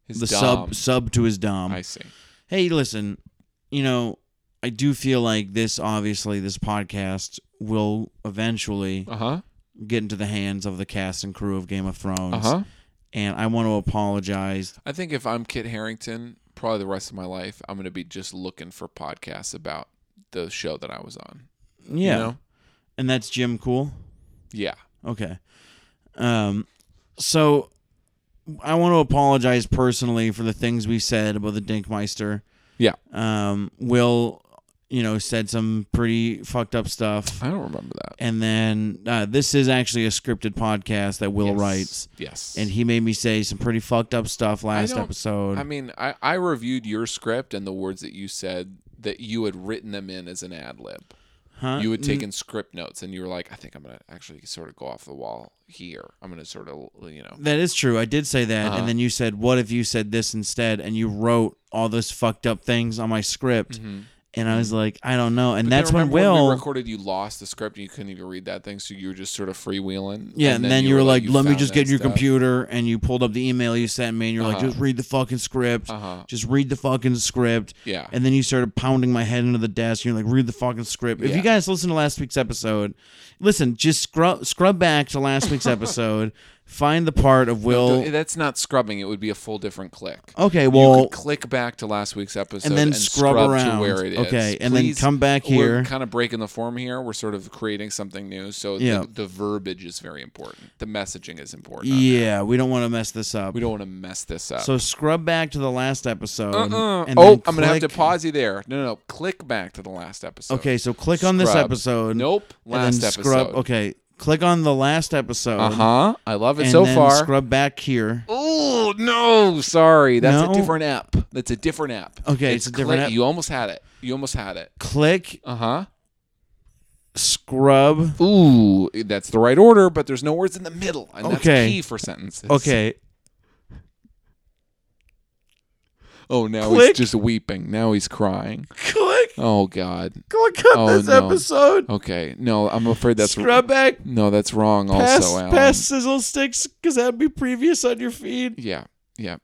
S2: His
S3: the
S2: dom.
S3: sub sub to his dom.
S2: I see.
S3: hey, listen, you know, I do feel like this. Obviously, this podcast will eventually
S2: Uh-huh.
S3: get into the hands of the cast and crew of Game of Thrones,
S2: Uh-huh.
S3: and I want to apologize.
S2: I think if I'm Kit Harrington, probably the rest of my life, I'm going to be just looking for podcasts about the show that I was on.
S3: Yeah,
S2: You know?
S3: and that's Jim Cool.
S2: Yeah.
S3: Okay. Um, so I want to apologize personally for the things we said about the Dinkmeister.
S2: Yeah.
S3: Um, Will, you know, said some pretty fucked up stuff.
S2: I don't remember that.
S3: And then uh, this is actually a scripted podcast that Will
S2: Yes.
S3: writes.
S2: Yes.
S3: And he made me say some pretty fucked up stuff last
S2: don't-
S3: episode.
S2: I mean, I, I reviewed your script and the words that you said that you had written them in as an ad lib.
S3: huh?
S2: You had taken script notes and you were like, I think I'm going to actually sort of go off the wall here. I'm going to sort of, you know.
S3: That is true. I did say that.
S2: Uh-huh.
S3: And then you said, What if you said this instead? And you wrote all those fucked up things on my script. And I was like, I don't know.
S2: Mm-hmm. But then
S3: And that's when
S2: remember when
S3: Will.
S2: we recorded. You lost the script and you couldn't even read that thing, so you were just sort of freewheeling.
S3: yeah, and, then, you were like,
S2: you
S3: let me
S2: found
S3: just
S2: that
S3: get your
S2: stuff."
S3: computer. And you pulled up the email you sent me. And you're like,
S2: Uh-huh.
S3: just read the fucking script.
S2: Uh-huh.
S3: Just read the fucking script.
S2: Yeah.
S3: And then you started pounding my head into the desk. And you're like, read the fucking script. If
S2: Yeah.
S3: you guys listen to last week's episode, listen, just scrub, scrub back to
S2: [laughs]
S3: last week's episode, find the part of Will.
S2: Th- eh, That's not scrubbing. It would be a full different click.
S3: okay,
S2: you
S3: well,
S2: could click back to last week's episode
S3: and then scrub, around.
S2: to where it is.
S3: Okay, and then
S2: Please,
S3: come back
S2: We're
S3: here.
S2: kind of breaking the form here. We're sort of creating something new, so the-
S3: Yeah.
S2: the, verbiage is very important. The messaging is important. on that.
S3: Yeah, we don't want to mess this up.
S2: we don't want to mess this up.
S3: So scrub back to the last episode.
S2: Uh-uh.
S3: and
S2: oh,
S3: then
S2: I'm gonna have to
S3: click-
S2: pause you there. No, no, no. click back to the last episode.
S3: Okay, so click on this
S2: Scrub.
S3: episode.
S2: Nope.
S3: and then
S2: Last
S3: Scrub.
S2: episode.
S3: Okay, click on the last episode.
S2: Uh huh. I love it
S3: Uh-huh. And
S2: so
S3: then
S2: far.
S3: scrub back here.
S2: Oh no! Sorry, that's
S3: No?
S2: a different app. That's a different app.
S3: Okay, it's a different
S2: click-
S3: app. Uh-huh.
S2: You almost had it. You almost had it.
S3: Click
S2: Uh huh.
S3: scrub.
S2: Ooh, that's the right order, but there's no words in the middle, and that's
S3: Okay.
S2: key for sentences.
S3: Okay,
S2: Oh, now
S3: Click.
S2: he's just weeping. Now he's crying.
S3: [laughs] click
S2: Oh God.
S3: click on
S2: Oh,
S3: this
S2: no.
S3: episode.
S2: Okay. No, I'm afraid that's
S3: scrub back.
S2: No, that's wrong.
S3: Pass,
S2: also, Alan.
S3: pass sizzle sticks because that'd be previous on your feed.
S2: Yeah. Yeah.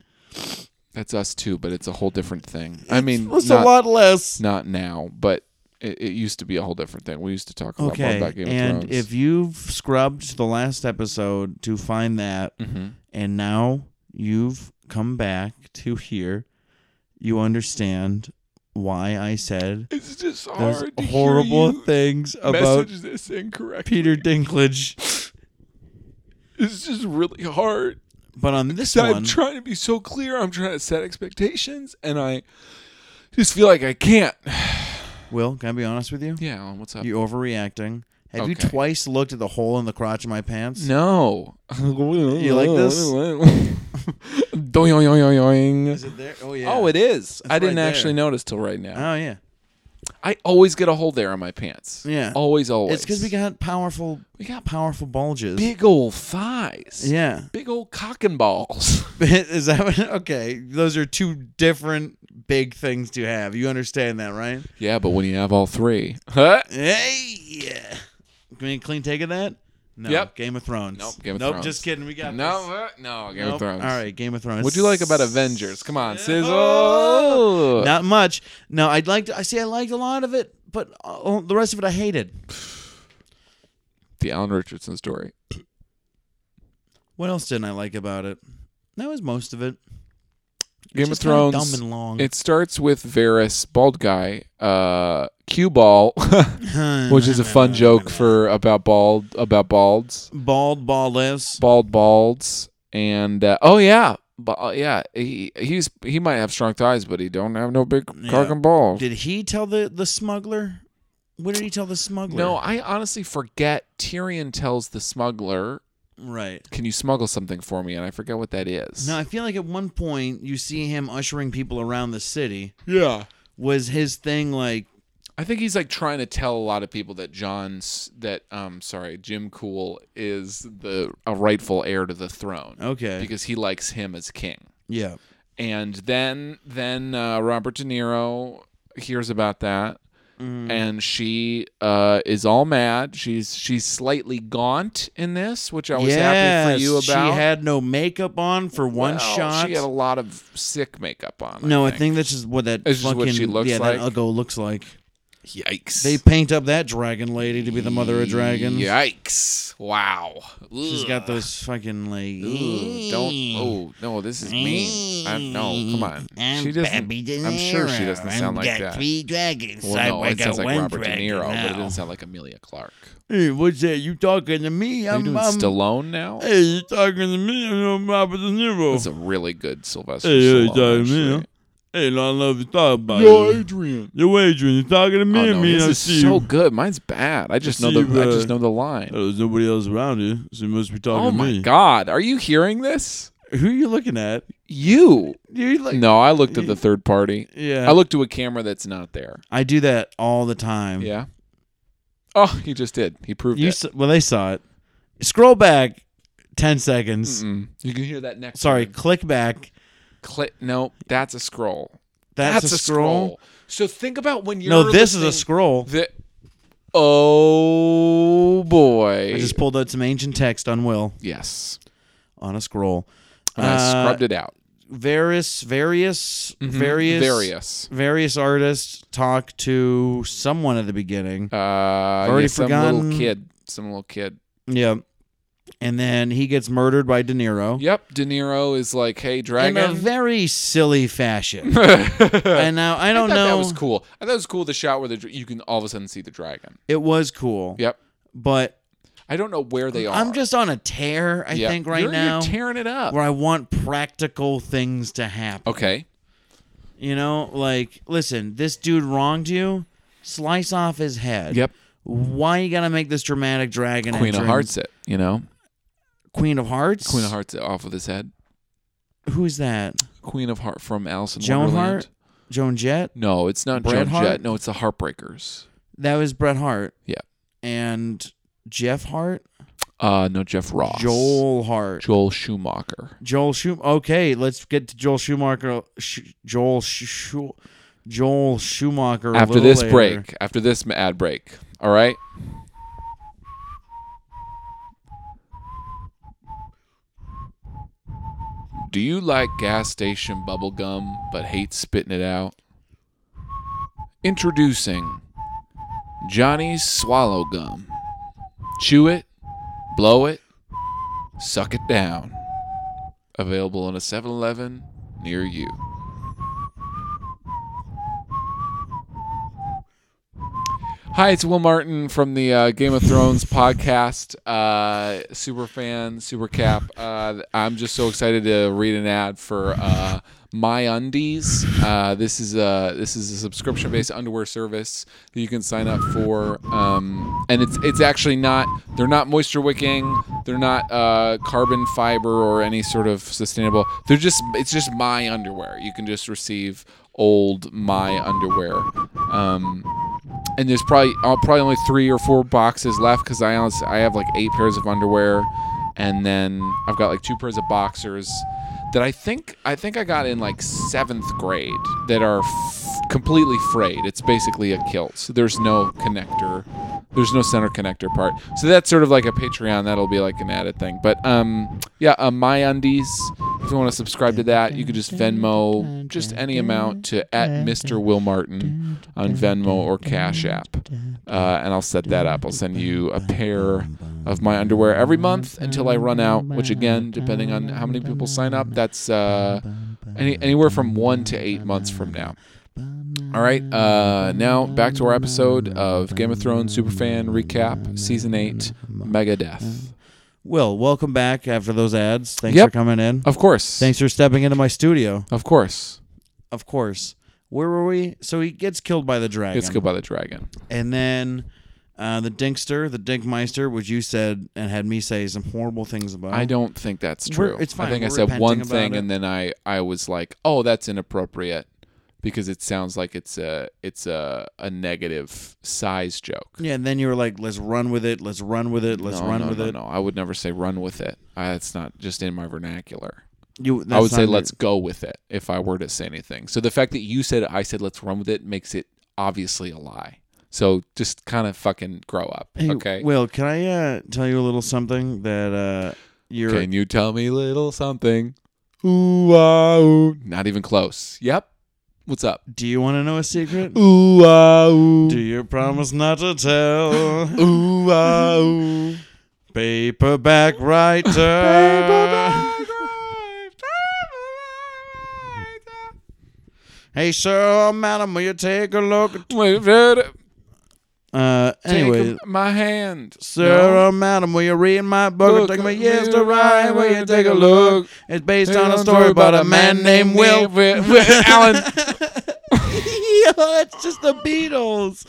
S2: That's us too, but it's a whole different thing. I mean,
S3: It's
S2: not,
S3: a lot less.
S2: not now, but it, it used to be a whole different thing. We used to talk a lot more
S3: Okay,
S2: about Game
S3: and
S2: of Thrones.
S3: if you've scrubbed to the last episode to find that,
S2: Mhm.
S3: and now you've come back to here, you understand why I said
S2: It's just
S3: those
S2: hard.
S3: horrible things about
S2: message this incorrect.
S3: Peter Dinklage.
S2: It's just really hard.
S3: But on this
S2: So I'm
S3: one,
S2: trying to be so clear. I'm trying to set expectations, and I just feel like I can't.
S3: Will, can I be honest with you?
S2: Yeah, Alan, what's up?
S3: You're overreacting. Have you
S2: Okay.
S3: twice looked at the hole in the crotch of my pants?
S2: no. you [laughs]
S3: like this?
S2: doing, doing,
S3: Is it there? Oh yeah.
S2: Oh, it is. I
S3: right
S2: didn't
S3: there.
S2: actually notice till right now.
S3: Oh yeah.
S2: I always get a hole there on my pants.
S3: Yeah.
S2: Always, always.
S3: It's because we got powerful. We got powerful bulges.
S2: big old thighs.
S3: Yeah. [laughs]
S2: Big old cock and balls. [laughs]
S3: Is that what, okay? Those are two different big things to have. You understand that, right?
S2: yeah, but when you have all three. Huh?
S3: Hey, yeah. Can we clean take of that? No.
S2: Yep.
S3: Game of Thrones.
S2: Nope, Game of
S3: nope.
S2: Thrones.
S3: Just kidding. We got
S2: No,
S3: This.
S2: uh, no, Game
S3: Nope.
S2: of Thrones.
S3: All right, Game of Thrones.
S2: What'd you like about Avengers? Come on,
S3: Oh,
S2: Sizzle.
S3: Not much. No, I'd like to. I see. I liked a lot of it, but uh, the rest of it I hated.
S2: the Alan Richardson story.
S3: What else didn't I like about it? That was most of it.
S2: Game
S3: Just
S2: of
S3: kinda
S2: Thrones.
S3: Dumb and long. [laughs]
S2: It starts with Varys, bald guy, uh, cue ball, [laughs] which is a
S3: [laughs]
S2: fun joke for about bald about balds,
S3: bald, ballless.
S2: bald balds, and uh, oh yeah, ba- yeah, he he's he might have strong thighs, but he don't have no big cock
S3: Yeah.
S2: and balls.
S3: Did he tell the the smuggler? What did he tell the smuggler?
S2: No, I honestly forget. Tyrion tells the smuggler,
S3: right.
S2: "Can you smuggle something for me?" And I forget what that is.
S3: Now I feel like at one point you see him ushering people around the city.
S2: yeah,
S3: Was his thing like
S2: I think he's like trying to tell a lot of people that John's that um sorry Jim Cool is the a rightful heir to the throne
S3: Okay.
S2: because he likes him as king.
S3: yeah.
S2: And then then uh, Robert De Niro hears about that
S3: Mm.
S2: and she uh, is all mad. She's she's slightly gaunt in this, which I was happy for you
S3: Yes,
S2: about.
S3: She had no makeup on for one
S2: Well,
S3: shot.
S2: She had a lot of sick makeup on.
S3: no,
S2: I
S3: I think that's just what that
S2: It's just
S3: fucking
S2: what she looks
S3: yeah,
S2: like.
S3: that uggo looks like.
S2: Yikes.
S3: They paint up that dragon lady to be the mother of dragons.
S2: Yikes. Wow.
S3: She's got those fucking like
S2: Ooh, don't. Oh no, this is mean. I, no, come on.
S4: I'm
S2: she doesn't.
S4: Bobby De
S2: I'm sure she doesn't
S4: Niro.
S2: sound
S4: I've got
S2: like that.
S4: Three dragons.
S2: Well,
S4: I
S2: no,
S4: work
S2: it sounds
S4: out
S2: like
S4: one
S2: Robert De
S4: dragon
S2: Niro, but it
S4: now.
S2: doesn't sound like Amelia Clark.
S3: Hey, what's that? You talking to me?
S2: Are
S3: I'm
S2: you doing
S3: I'm-
S2: Stallone now?
S3: Hey, you talking to me? I'm Robert De
S2: That's
S3: Niro.
S2: a really good Sylvester
S3: Hey, hey,
S2: Stallone.
S3: Diamond,
S2: actually.
S3: huh? Hey, I don't know if you talking about it.
S2: Adrian.
S3: Yo, Adrian, you talking to me?
S2: Oh,
S3: I
S2: no,
S3: mean, I
S2: this
S3: see
S2: is so
S3: you.
S2: good. Mine's bad. I just know the.
S3: see you,
S2: I just
S3: uh,
S2: know the line.
S3: Oh, there's nobody else around you, so you must be talking
S2: Oh
S3: to
S2: my
S3: me.
S2: God! Are you hearing this?
S3: Who are you looking at?
S2: You.
S3: You like?
S2: No, I looked at
S3: you-
S2: the third party.
S3: Yeah,
S2: I look to a camera that's not there.
S3: I do that all the time.
S2: Yeah. Oh, he just did. He proved
S3: Um, You
S2: it.
S3: s well, they saw it. Scroll back ten seconds.
S2: Mm-mm. You can hear that next.
S3: Sorry,
S2: word.
S3: click back.
S2: Click. No, that's a scroll.
S3: That's, a scroll.
S2: So think about when you're.
S3: No, this is a
S2: listening-
S3: scroll.
S2: The, oh boy.
S3: I just pulled out some ancient text on Will
S2: yes.
S3: on a scroll. Uh,
S2: And I scrubbed it out. Mm-hmm.
S3: Various, various, various,
S2: Various.
S3: various artists talk to someone at the beginning.
S2: Uh, already
S3: already
S2: yeah, some
S3: forgotten.
S2: little kid. Some little kid.
S3: Yeah, and then he gets murdered by De Niro
S2: Yep. De Niro is like, hey,
S3: in a
S2: dragon.
S3: very silly
S2: [laughs]
S3: fashion. and now I
S2: I
S3: don't
S2: thought
S3: know.
S2: that was cool. I thought it was cool the shot where the, dr- you can all of a sudden see the dragon.
S3: It was cool.
S2: Yep.
S3: But
S2: I don't know where they are.
S3: I'm just on a tear. I
S2: Yep.
S3: think right
S2: You're-
S3: now
S2: you're tearing it up.
S3: where I want practical things to happen.
S2: Okay.
S3: You know, like listen, this dude wronged you. Slice off his head.
S2: Yep.
S3: Why you gotta make this dramatic dragon?
S2: Queen of
S3: entrance?
S2: Hearts. It. You know.
S3: Queen of Hearts.
S2: Queen of Hearts off with his head.
S3: Who's that?
S2: Queen of Heart from Alice in
S3: Joan
S2: Wonderland.
S3: Hart. Joan Jett.
S2: No, it's not
S3: Bret
S2: Joan
S3: Hart?
S2: Jett. No, it's the Heartbreakers.
S3: That was Bret Hart.
S2: Yeah.
S3: And Jeff Hart.
S2: Uh, no, Jeff Ross.
S3: Joel Hart.
S2: Joel Schumacher.
S3: Joel Schum. Okay, let's get to Joel Schumacher. Sh- Joel Sh- Schu- Joel Schumacher. a
S2: After
S3: little
S2: this
S3: later.
S2: break, after this ad break, all right. Do you like gas station bubblegum but hate spitting it out? Introducing Johnny's Swallow Gum. Chew it, blow it, suck it down. Available in a 7 Eleven near you. Hi, it's Will Martin from the uh, Game of Thrones podcast. Uh, super fan, super cap. Uh, I'm just so excited to read an ad for uh, My Undies. Uh, this is a this is a subscription based underwear service that you can sign up for, um, and it's it's actually not they're not moisture wicking, they're not uh, carbon fiber or any sort of sustainable. They're just it's just My Underwear. You can just receive old My Underwear. Um, and there's probably uh, probably only three or four boxes left because I honestly, I have like eight pairs of underwear, and then I've got like two pairs of boxers that I think I think I got in like seventh grade that are f- completely frayed. It's basically a kilt. So there's no connector, there's no center connector part. So that's sort of like a Patreon. That'll be like an added thing. But um, yeah, uh, my undies. If you want to subscribe to that, you could just Venmo just any amount to at Mr. Will Martin on Venmo or Cash App. Uh, and I'll set that up. I'll send you a pair of my underwear every month until I run out, which again, depending on how many people sign up, that's uh, any, anywhere from one to eight months from now. All right, uh, now back to our episode of Game of Thrones Superfan Recap Season 8 Megadeth.
S3: Will, welcome back after those ads. Thanks
S2: Yep.
S3: for coming in.
S2: Of course.
S3: Thanks for stepping into my studio.
S2: Of course.
S3: Of course. Where were we? So he gets killed by the dragon.
S2: It's killed by the dragon.
S3: And then uh, the Dinkster, the Dinkmeister, which you said and had me say some horrible things about.
S2: I don't think that's
S3: We're-
S2: true.
S3: it's
S2: I
S3: fine.
S2: think I
S3: We're
S2: said
S3: repenting
S2: one
S3: about
S2: thing
S3: it.
S2: and then I I was like, "Oh, that's inappropriate." because it sounds like it's a it's a, a negative size joke.
S3: Yeah, and then you were like, "Let's run with it. Let's run with it. Let's
S2: no,
S3: run
S2: no,
S3: with
S2: no,
S3: it."
S2: No, I would never say run with it. I, that's not just in my vernacular.
S3: You,
S2: I
S3: that's
S2: would say
S3: not your-
S2: let's go with it if I were to say anything. So the fact that you said I said let's run with it makes it obviously a lie. So just kind of fucking grow up,
S3: [laughs] Hey,
S2: okay?
S3: Will, can I uh, tell you a little something that uh, you're
S2: Can you tell me little something? Ooh, ah, ooh. Not even close. Yep. What's up?
S3: Do you want to know a secret?
S2: Ooh, ah, ooh.
S3: Do you promise not to tell?
S2: Ooh, ah, ooh. [laughs]
S3: Paperback writer. Hey, sir or madam, will you take a look? at-
S2: Wait, Fred,
S3: Uh,
S2: take
S3: anyway,
S2: my hand.
S3: sir
S2: No.
S3: or madam, will you read my book?
S2: Look,
S3: it took me
S2: will
S3: years
S2: you
S3: to write.
S2: write?
S3: Will you take a look? It's based on a story about a man named Will.
S2: [laughs] Alan.
S3: [laughs] yeah, it's just the Beatles.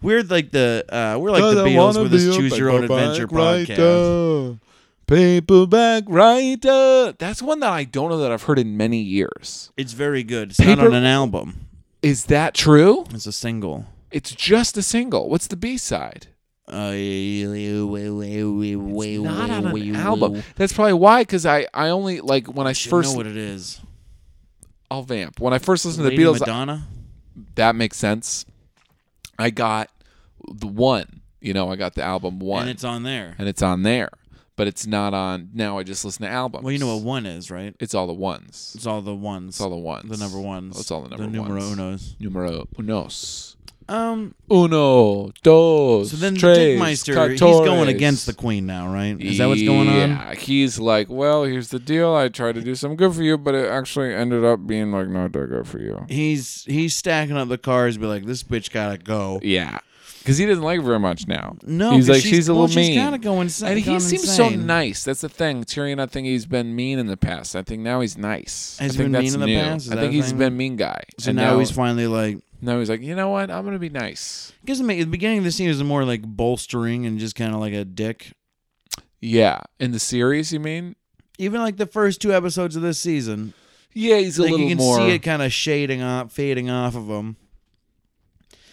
S3: We're like the uh, we're like the Beatles with this Choose Your Own Adventure podcast.
S2: Paperback writer. Uh, That's one that I don't know that I've heard in many years.
S3: It's very good. It's not
S2: Paper-
S3: on an album.
S2: Is that true?
S3: It's a single.
S2: It's just a single. What's the B side?
S3: Uh, it's
S2: Not on an album. That's probably why, because I, I only like when I
S3: First,
S2: first
S3: know what it is.
S2: I'll vamp. When I first listened to the
S3: Lady
S2: Beatles,
S3: Madonna.
S2: that makes sense. I got the one. You know, I got the album one,
S3: and it's on there.
S2: and it's on there, but it's not on. Now I just listen to albums.
S3: Well, you know what one is, right?
S2: It's all the ones.
S3: It's all the ones.
S2: It's all the ones.
S3: the number ones.
S2: It's all the number
S3: the numero
S2: ones.
S3: unos.
S2: Numero unos.
S3: Um.
S2: Uno, dos,
S3: So then,
S2: tres,
S3: Dick Meister, he's going against the Queen now, right? Is that what's going on?
S2: Yeah, he's like, well, here's the deal. I tried to do something good for you, but it actually ended up being like not that good for you.
S3: He's he's stacking up the cars, be like, this bitch gotta go.
S2: Yeah, because he doesn't like her very much now.
S3: No,
S2: he's
S3: 'cause
S2: like she's, a
S3: well,
S2: little
S3: She's
S2: mean.
S3: gotta go insane.
S2: and he
S3: gone
S2: seems so
S3: insane.
S2: nice. That's the thing. Tyrion, I think he's been mean in the past. I think now he's nice.
S3: Has
S2: I
S3: he
S2: think
S3: been
S2: that's
S3: mean in the
S2: new.
S3: past? Is
S2: I
S3: that
S2: think
S3: a
S2: he's
S3: thing?
S2: been mean guy.
S3: So
S2: and
S3: now, he's finally like,
S2: now he's like, you know what? I'm gonna be nice.
S3: because at the beginning of the scene is more like bolstering and just kind of like a dick.
S2: Yeah, in the series, you mean?
S3: Even like the first two episodes of this season,
S2: Yeah, he's a
S3: like
S2: little
S3: you can
S2: more.
S3: see it kind of shading off, fading off of him.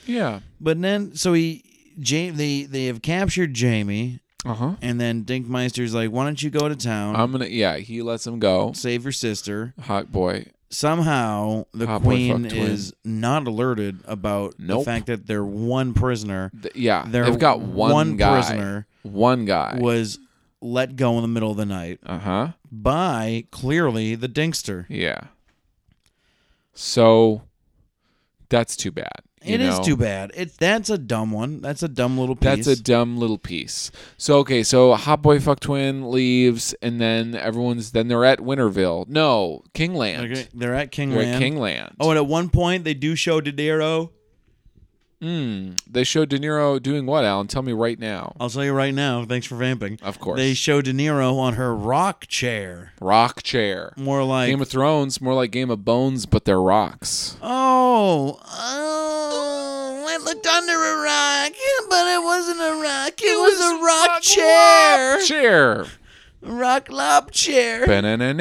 S2: yeah.
S3: But then, so he, Jamie, they they have captured Jamie,
S2: Uh huh.
S3: and then Dinkmeister's like, why don't you go to town,
S2: I'm gonna. Yeah, he lets him go.
S3: save your sister.
S2: Hot boy.
S3: somehow the
S2: Hot boy
S3: queen
S2: fucked twin.
S3: is not alerted about
S2: Nope.
S3: the fact that their one prisoner,
S2: Th- yeah,
S3: their
S2: they've got one, guy.
S3: prisoner
S2: One guy.
S3: was let go in the middle of the night
S2: Uh huh.
S3: by clearly the Dinkster.
S2: Yeah. So that's too bad. you
S3: It is
S2: know?
S3: too bad. It that's a dumb one. That's a dumb little piece.
S2: That's a dumb little piece. So okay, so Hot Boy Fuck Twin leaves, and then everyone's then they're at Winterville. No, Kingland.
S3: Okay, They're at
S2: They're
S3: Kingland.
S2: at Kingland.
S3: Oh, and at one point they do show De Niro.
S2: Mm. They showed De Niro doing what, Alan? Tell me right now.
S3: I'll tell you right now. Thanks for vamping.
S2: Of course.
S3: They show De Niro on her rock chair,
S2: Rock chair.
S3: more like
S2: Game of Thrones, more like Game of Bones, but they're rocks.
S3: Oh, oh, it looked under a rock, but it wasn't a rock. It, was, a rock, chair.
S2: Chair.
S3: Rock lop chair.
S2: Paperback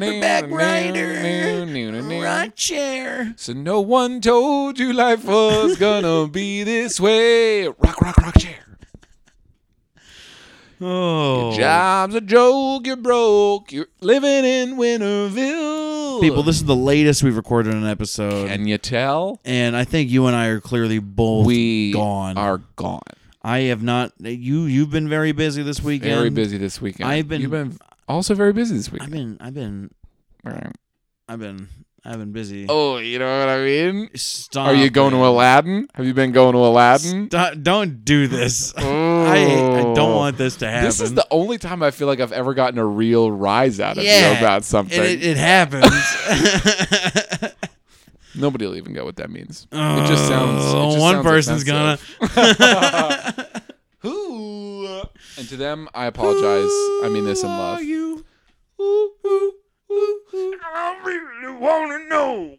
S3: Paperback writer. Rock chair.
S2: So no one told you life was gonna be this way. Rock, rock, rock chair.
S3: Oh.
S2: Your job's a joke. You're broke. You're living in Winterville.
S3: People, this is the latest we've recorded an episode. And,
S2: can you tell
S3: I think you and I are clearly both
S2: we
S3: gone.
S2: are gone?
S3: I have not you you've been very busy this weekend.
S2: Very busy this weekend.
S3: I've been-
S2: You've been also very busy this
S3: I've
S2: weekend.
S3: been I've been I've been I've been busy.
S2: Oh, you know what I mean.
S3: Stop.
S2: Are you going to
S3: Ah, man.
S2: Aladdin? Have you been going to Aladdin? Oh.
S3: Stop, don't do this. I, I don't want this to happen.
S2: This is the only time I feel like I've ever gotten a real rise out of you
S3: Yeah.
S2: about something.
S3: and it, it happens.
S2: Nobody will even get what that means. [laughs] It just sounds. it
S3: [laughs] Oh,
S2: just
S3: one
S2: sounds
S3: person's gonna.
S2: offensive.
S3: [laughs]
S2: Who? And to them, I apologize. I mean this in love.
S3: you?
S2: I really wanna know.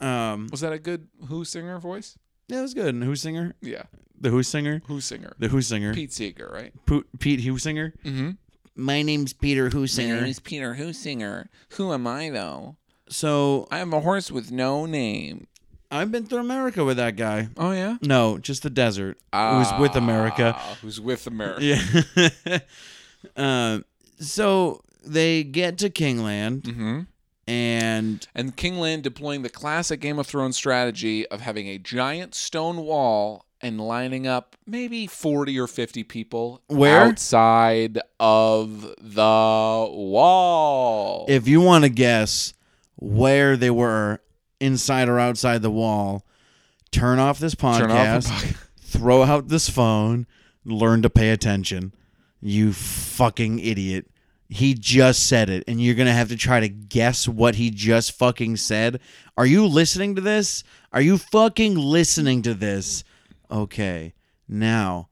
S3: Um,
S2: Was that a good Who singer voice?
S3: that was good. And Who singer?
S2: Yeah,
S3: The Who singer?
S2: Who singer?
S3: The Who singer?
S2: Pete Seeger, right?
S3: Po- Pete Who singer?
S2: Mm-hmm.
S3: My name's Peter Who singer.
S2: Peter Who singer. Who am I though?
S3: So
S2: I am a horse with no name.
S3: I've been through America with that guy.
S2: Oh yeah,
S3: No, just the desert. it was with America. [laughs]
S2: Ah, Who's with America?
S3: Yeah. um, so they get to Kingland
S2: hmm
S3: and
S2: And King Lin deploying the classic Game of Thrones strategy of having a giant stone wall and lining up maybe 40 or 50 people
S3: Where?
S2: outside of the wall.
S3: if you want to guess where they were inside or outside the wall, turn off this podcast,
S2: Turn off the podcast.
S3: [laughs] throw out this phone, learn to pay attention. You fucking idiot. He just said it, and you're gonna have to try to guess what he just fucking said. Are you listening to this? Are you fucking listening to this? Okay, now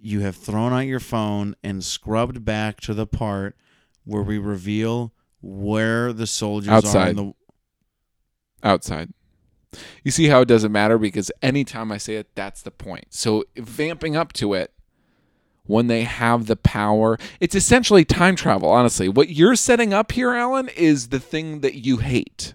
S3: you have thrown out your phone and scrubbed back to the part where we reveal where the soldiers are. In
S2: Outside.
S3: the,
S2: outside. You see how it doesn't matter because anytime I say it, that's the point. So vamping up to it, when they have the power, it's essentially time travel, honestly. What you're setting up here, Alan, is the thing that you hate.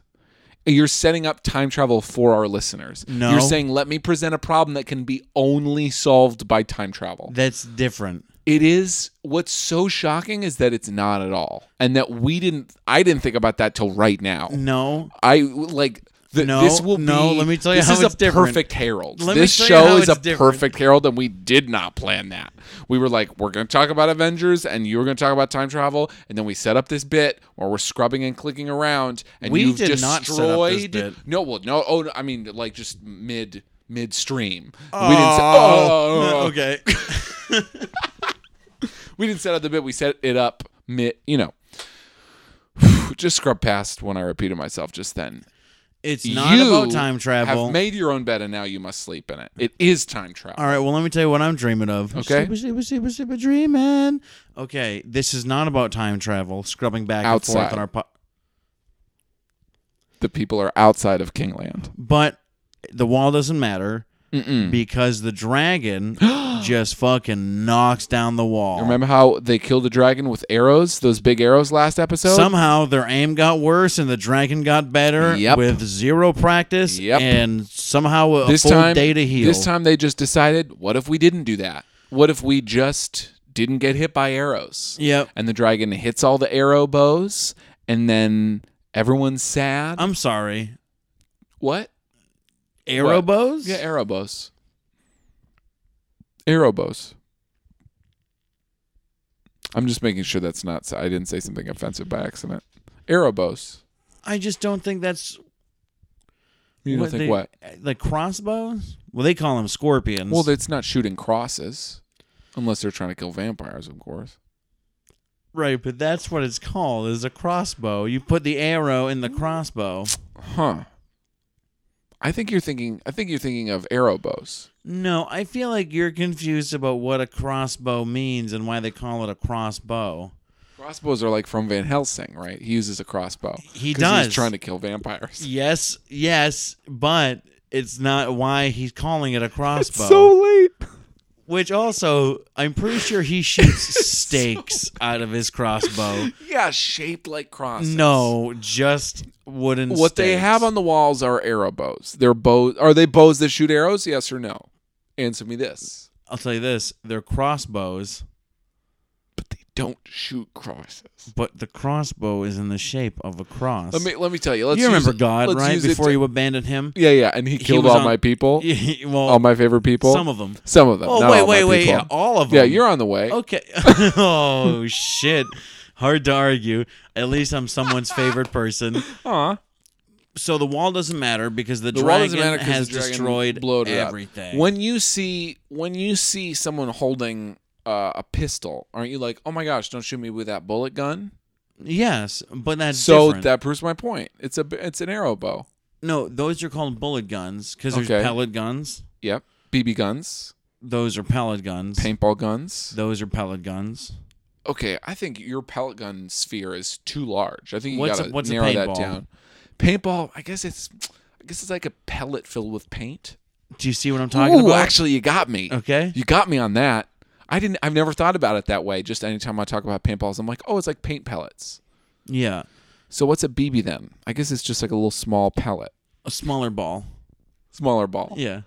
S2: You're setting up time travel for our listeners.
S3: No.
S2: You're saying, let me present a problem that can be only solved by time travel.
S3: that's different.
S2: It is what's so shocking is that it's not at all. And that we didn't I didn't think about that till right now.
S3: No,
S2: I like th-
S3: No,
S2: this will
S3: no,
S2: be.
S3: let me tell you
S2: this
S3: how
S2: is
S3: it's
S2: a
S3: different.
S2: perfect herald.
S3: Let me
S2: this
S3: tell you
S2: show
S3: how
S2: is a
S3: it's different.
S2: perfect herald, and we did not plan that. We were like, we're going to talk about Avengers, and you were going to talk about time travel, and then we set up this bit where we're scrubbing and clicking around, and
S3: We
S2: you've
S3: did not set up this
S2: destroyed.
S3: bit.
S2: No, well, no, oh, no, I mean, like just mid midstream. we didn't. Say, oh,
S3: [laughs] okay.
S2: we didn't set up the bit. We set it up mid. You know. [sighs] Just scrub past when I repeated myself just then.
S3: It's not
S2: you
S3: about time travel.
S2: Have made your own bed and now you must sleep in it. It is time travel.
S3: All right, well, let me tell you what I'm dreaming of.
S2: Okay.
S3: Super, super, super, super dreaming. Okay, this is not about time travel, scrubbing back and
S2: Outside.
S3: forth on our po-
S2: The people are outside of Kingland.
S3: But the wall doesn't matter
S2: Mm-mm.
S3: because
S2: [gasps]
S3: the dragon just fucking knocks down the wall.
S2: Remember how they killed the dragon with arrows? Those big arrows last episode.
S3: Somehow their aim got worse and the dragon got better
S2: Yep.
S3: with zero practice
S2: Yep.
S3: and somehow a
S2: this
S3: full
S2: time,
S3: day to heal.
S2: this time they just decided, what if we didn't do that? What if we just didn't get hit by arrows?
S3: Yep.
S2: And the dragon hits all the arrow bows, and then everyone's sad.
S3: I'm sorry.
S2: what?
S3: Arrow
S2: What?
S3: bows?
S2: Yeah, arrow bows. Arrow bows. I'm just making sure that's not. I didn't say something offensive by accident. Arrow bows.
S3: I just don't think that's
S2: You don't
S3: What
S2: think
S3: they-
S2: what?
S3: The crossbows? Well, they call them scorpions.
S2: Well, it's not shooting crosses, unless they're trying to kill vampires, of course.
S3: right, but that's what it's called is a crossbow. You put the arrow in the crossbow.
S2: Huh. I think you're thinking. I think you're thinking of arrow bows.
S3: No, I feel like you're confused about what a crossbow means and why they call it a crossbow.
S2: Crossbows are like from Van Helsing, right? He uses a crossbow.
S3: He
S2: 'cause
S3: does.
S2: He's trying to kill [laughs] vampires.
S3: Yes, yes, but it's not why he's calling it a crossbow.
S2: late.
S3: which also, I'm pretty sure
S2: [laughs]
S3: he shoots stakes out of his crossbow.
S2: Yeah, shaped like crosses.
S3: No, just wooden.
S2: What they
S3: stakes.
S2: have on the walls are arrow bows. They're bows. Are they bows that shoot arrows? Yes or no? Answer me this.
S3: I'll tell you this: they're crossbows,
S2: But they don't shoot crosses.
S3: but the crossbow is in the shape of a cross.
S2: Let me let me tell you. Let's
S3: you
S2: use
S3: remember
S2: it-
S3: God,
S2: let's
S3: right?
S2: use it
S3: Before
S2: to-
S3: you abandoned him.
S2: yeah, yeah, and he killed
S3: was
S2: all
S3: on-
S2: my people,
S3: [laughs] well,
S2: all Oh, my favorite people.
S3: some of them.
S2: Some of them.
S3: Oh
S2: not
S3: wait,
S2: all my
S3: wait, wait!
S2: people.
S3: Yeah, all of them.
S2: Yeah, you're on the way. [laughs]
S3: okay. oh shit! Hard to argue. At least I'm someone's favorite person.
S2: Aw.
S3: So the wall doesn't matter because the,
S2: The wall
S3: dragon
S2: doesn't matter 'cause
S3: has
S2: the dragon
S3: destroyed
S2: blowed it up.
S3: everything.
S2: When you see when you see someone holding uh, a pistol, aren't you like, oh my gosh, don't shoot me with that bullet gun?
S3: Yes, but that's
S2: So
S3: different.
S2: that proves my point. It's a it's an arrow bow.
S3: no, those are called bullet guns because there's
S2: Okay.
S3: pellet guns.
S2: Yep. BB guns,
S3: Those are pellet guns.
S2: paintball guns.
S3: Those are pellet guns.
S2: Okay, I think your pellet gun sphere is too large. I think you
S3: What's a-
S2: gotta
S3: what's a
S2: narrow that
S3: paintball?
S2: down. Paintball, I guess it's, I guess it's like a pellet filled with paint.
S3: Do you see what I'm talking
S2: Ooh,
S3: about?
S2: actually, you got me.
S3: okay.
S2: You got me on that. I didn't. I've never thought about it that way. Just anytime I talk about paintballs, I'm like, oh, it's like paint pellets.
S3: Yeah.
S2: So what's a BB then? I guess it's just like a little small pellet,
S3: A smaller ball.
S2: smaller ball.
S3: Yeah.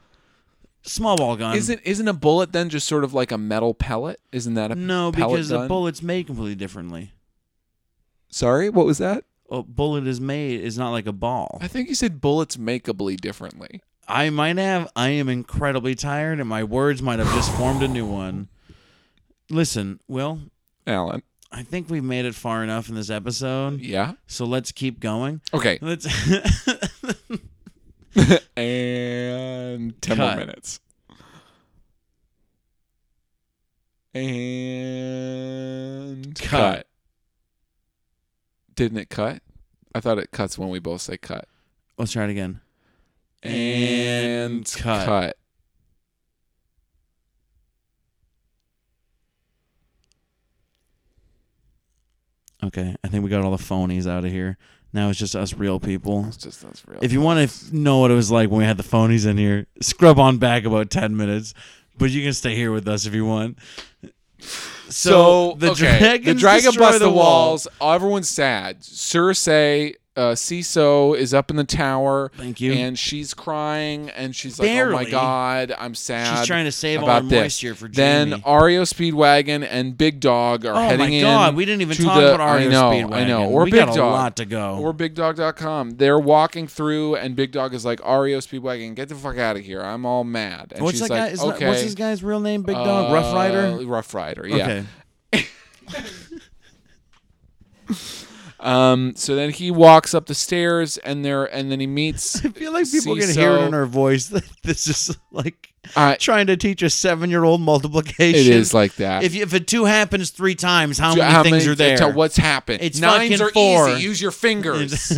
S3: Small ball gun.
S2: Isn't isn't a bullet then just sort of like a metal pellet? Isn't that a
S3: No,
S2: pellet
S3: because
S2: gun?
S3: the bullet's made completely differently.
S2: Sorry, what was that?
S3: A bullet is made is not like a ball.
S2: I think you said bullets makeably differently.
S3: I might have. I am incredibly tired, and my words might have just formed a new one. Listen, Will,
S2: Alan.
S3: I think we've made it far enough in this episode,
S2: Yeah.
S3: so let's keep going.
S2: Okay.
S3: Let's. [laughs]
S2: and 10 more
S3: Cut.
S2: minutes. And
S3: Cut.
S2: cut. Didn't it cut? I thought it cuts when we both say cut.
S3: let's try it again.
S2: And
S3: And cut.
S2: cut.
S3: Okay, I think we got all the phonies out of here. Now it's just us real people.
S2: It's just that's real.
S3: If you want to know what it was like when we had the phonies in here, scrub on back about 10 minutes, but you can stay here with us if you want.
S2: so the, okay, the
S3: dragons
S2: dragon
S3: destroy
S2: busts the,
S3: wall.
S2: walls. Everyone's sad. Cersei, uh, Ciso is up in the tower.
S3: Thank you.
S2: And she's crying, and she's like, "Oh my
S3: Barely.
S2: god, I'm sad."
S3: She's trying to save all
S2: about
S3: her
S2: this.
S3: moisture for
S2: Then
S3: Jamie.
S2: Ario Speedwagon and Big Dog are
S3: Oh my
S2: heading in.
S3: God, we didn't even
S2: to
S3: talk
S2: the,
S3: about
S2: I
S3: Ario
S2: know, I
S3: Speedwagon.
S2: know. Or
S3: We
S2: Big
S3: got a
S2: Dog.
S3: lot to go.
S2: Or BigDog.com. They're walking through, and Big Dog is like, "Ario Speedwagon, get the fuck out of here! I'm all mad." And
S3: What's
S2: she's
S3: that
S2: like,
S3: guy? Is
S2: "Okay."
S3: that, what's this guy's real name? Big Dog? Rough Rider?
S2: Uh, Rough Rider. Yeah.
S3: Okay.
S2: Um. So then he walks up the stairs, and there, and then he meets.
S3: [laughs] I feel like people can hear it in
S2: Ciso.
S3: her voice. that [laughs] This is like
S2: I-
S3: trying to teach a seven-year-old multiplication.
S2: it Uh, is like that.
S3: If, you- if a two happens three times, how
S2: So
S3: many things are there?
S2: Tell what's happened.
S3: It's
S2: Nines
S3: fucking
S2: are
S3: four.
S2: easy.
S3: [laughs]
S2: Use your fingers.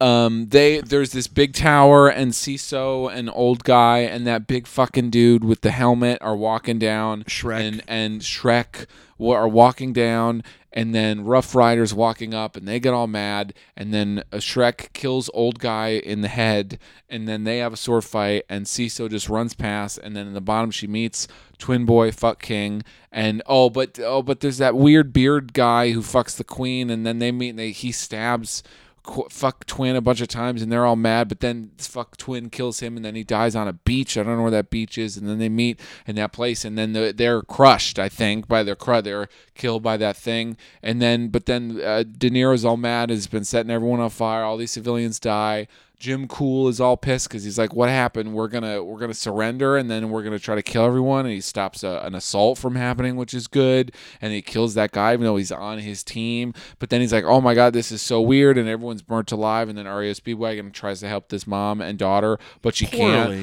S2: um. They there's this big tower, and Ciso, an old guy, and that big fucking dude with the helmet are walking down.
S3: Shrek.
S2: and and Shrek wa- are walking down. And then Rough Riders walking up, and they get all mad. And then uh, Shrek kills old guy in the head, and then they have a sword fight. And Ciso just runs past, and then in the bottom she meets Twin Boy Fuck King, and oh, but oh, but there's that weird beard guy who fucks the queen, and then they meet, and they, he stabs qu- fuck twin a bunch of times and they're all mad but then fuck twin kills him and then he dies on a beach i don't know where that beach is and then they meet in that place and then the- they're crushed i think by their crud they're killed by that thing and then but then uh, de niro's all mad has been setting everyone on fire all these civilians die jim cool is all pissed because he's like what happened we're gonna we're gonna surrender and then we're gonna try to kill everyone and he stops a, an assault from happening which is good and he kills that guy even though he's on his team but then he's like oh my god this is so weird and everyone's burnt alive and then Aria Speedwagon tries to help this mom and daughter but she
S3: Poorly.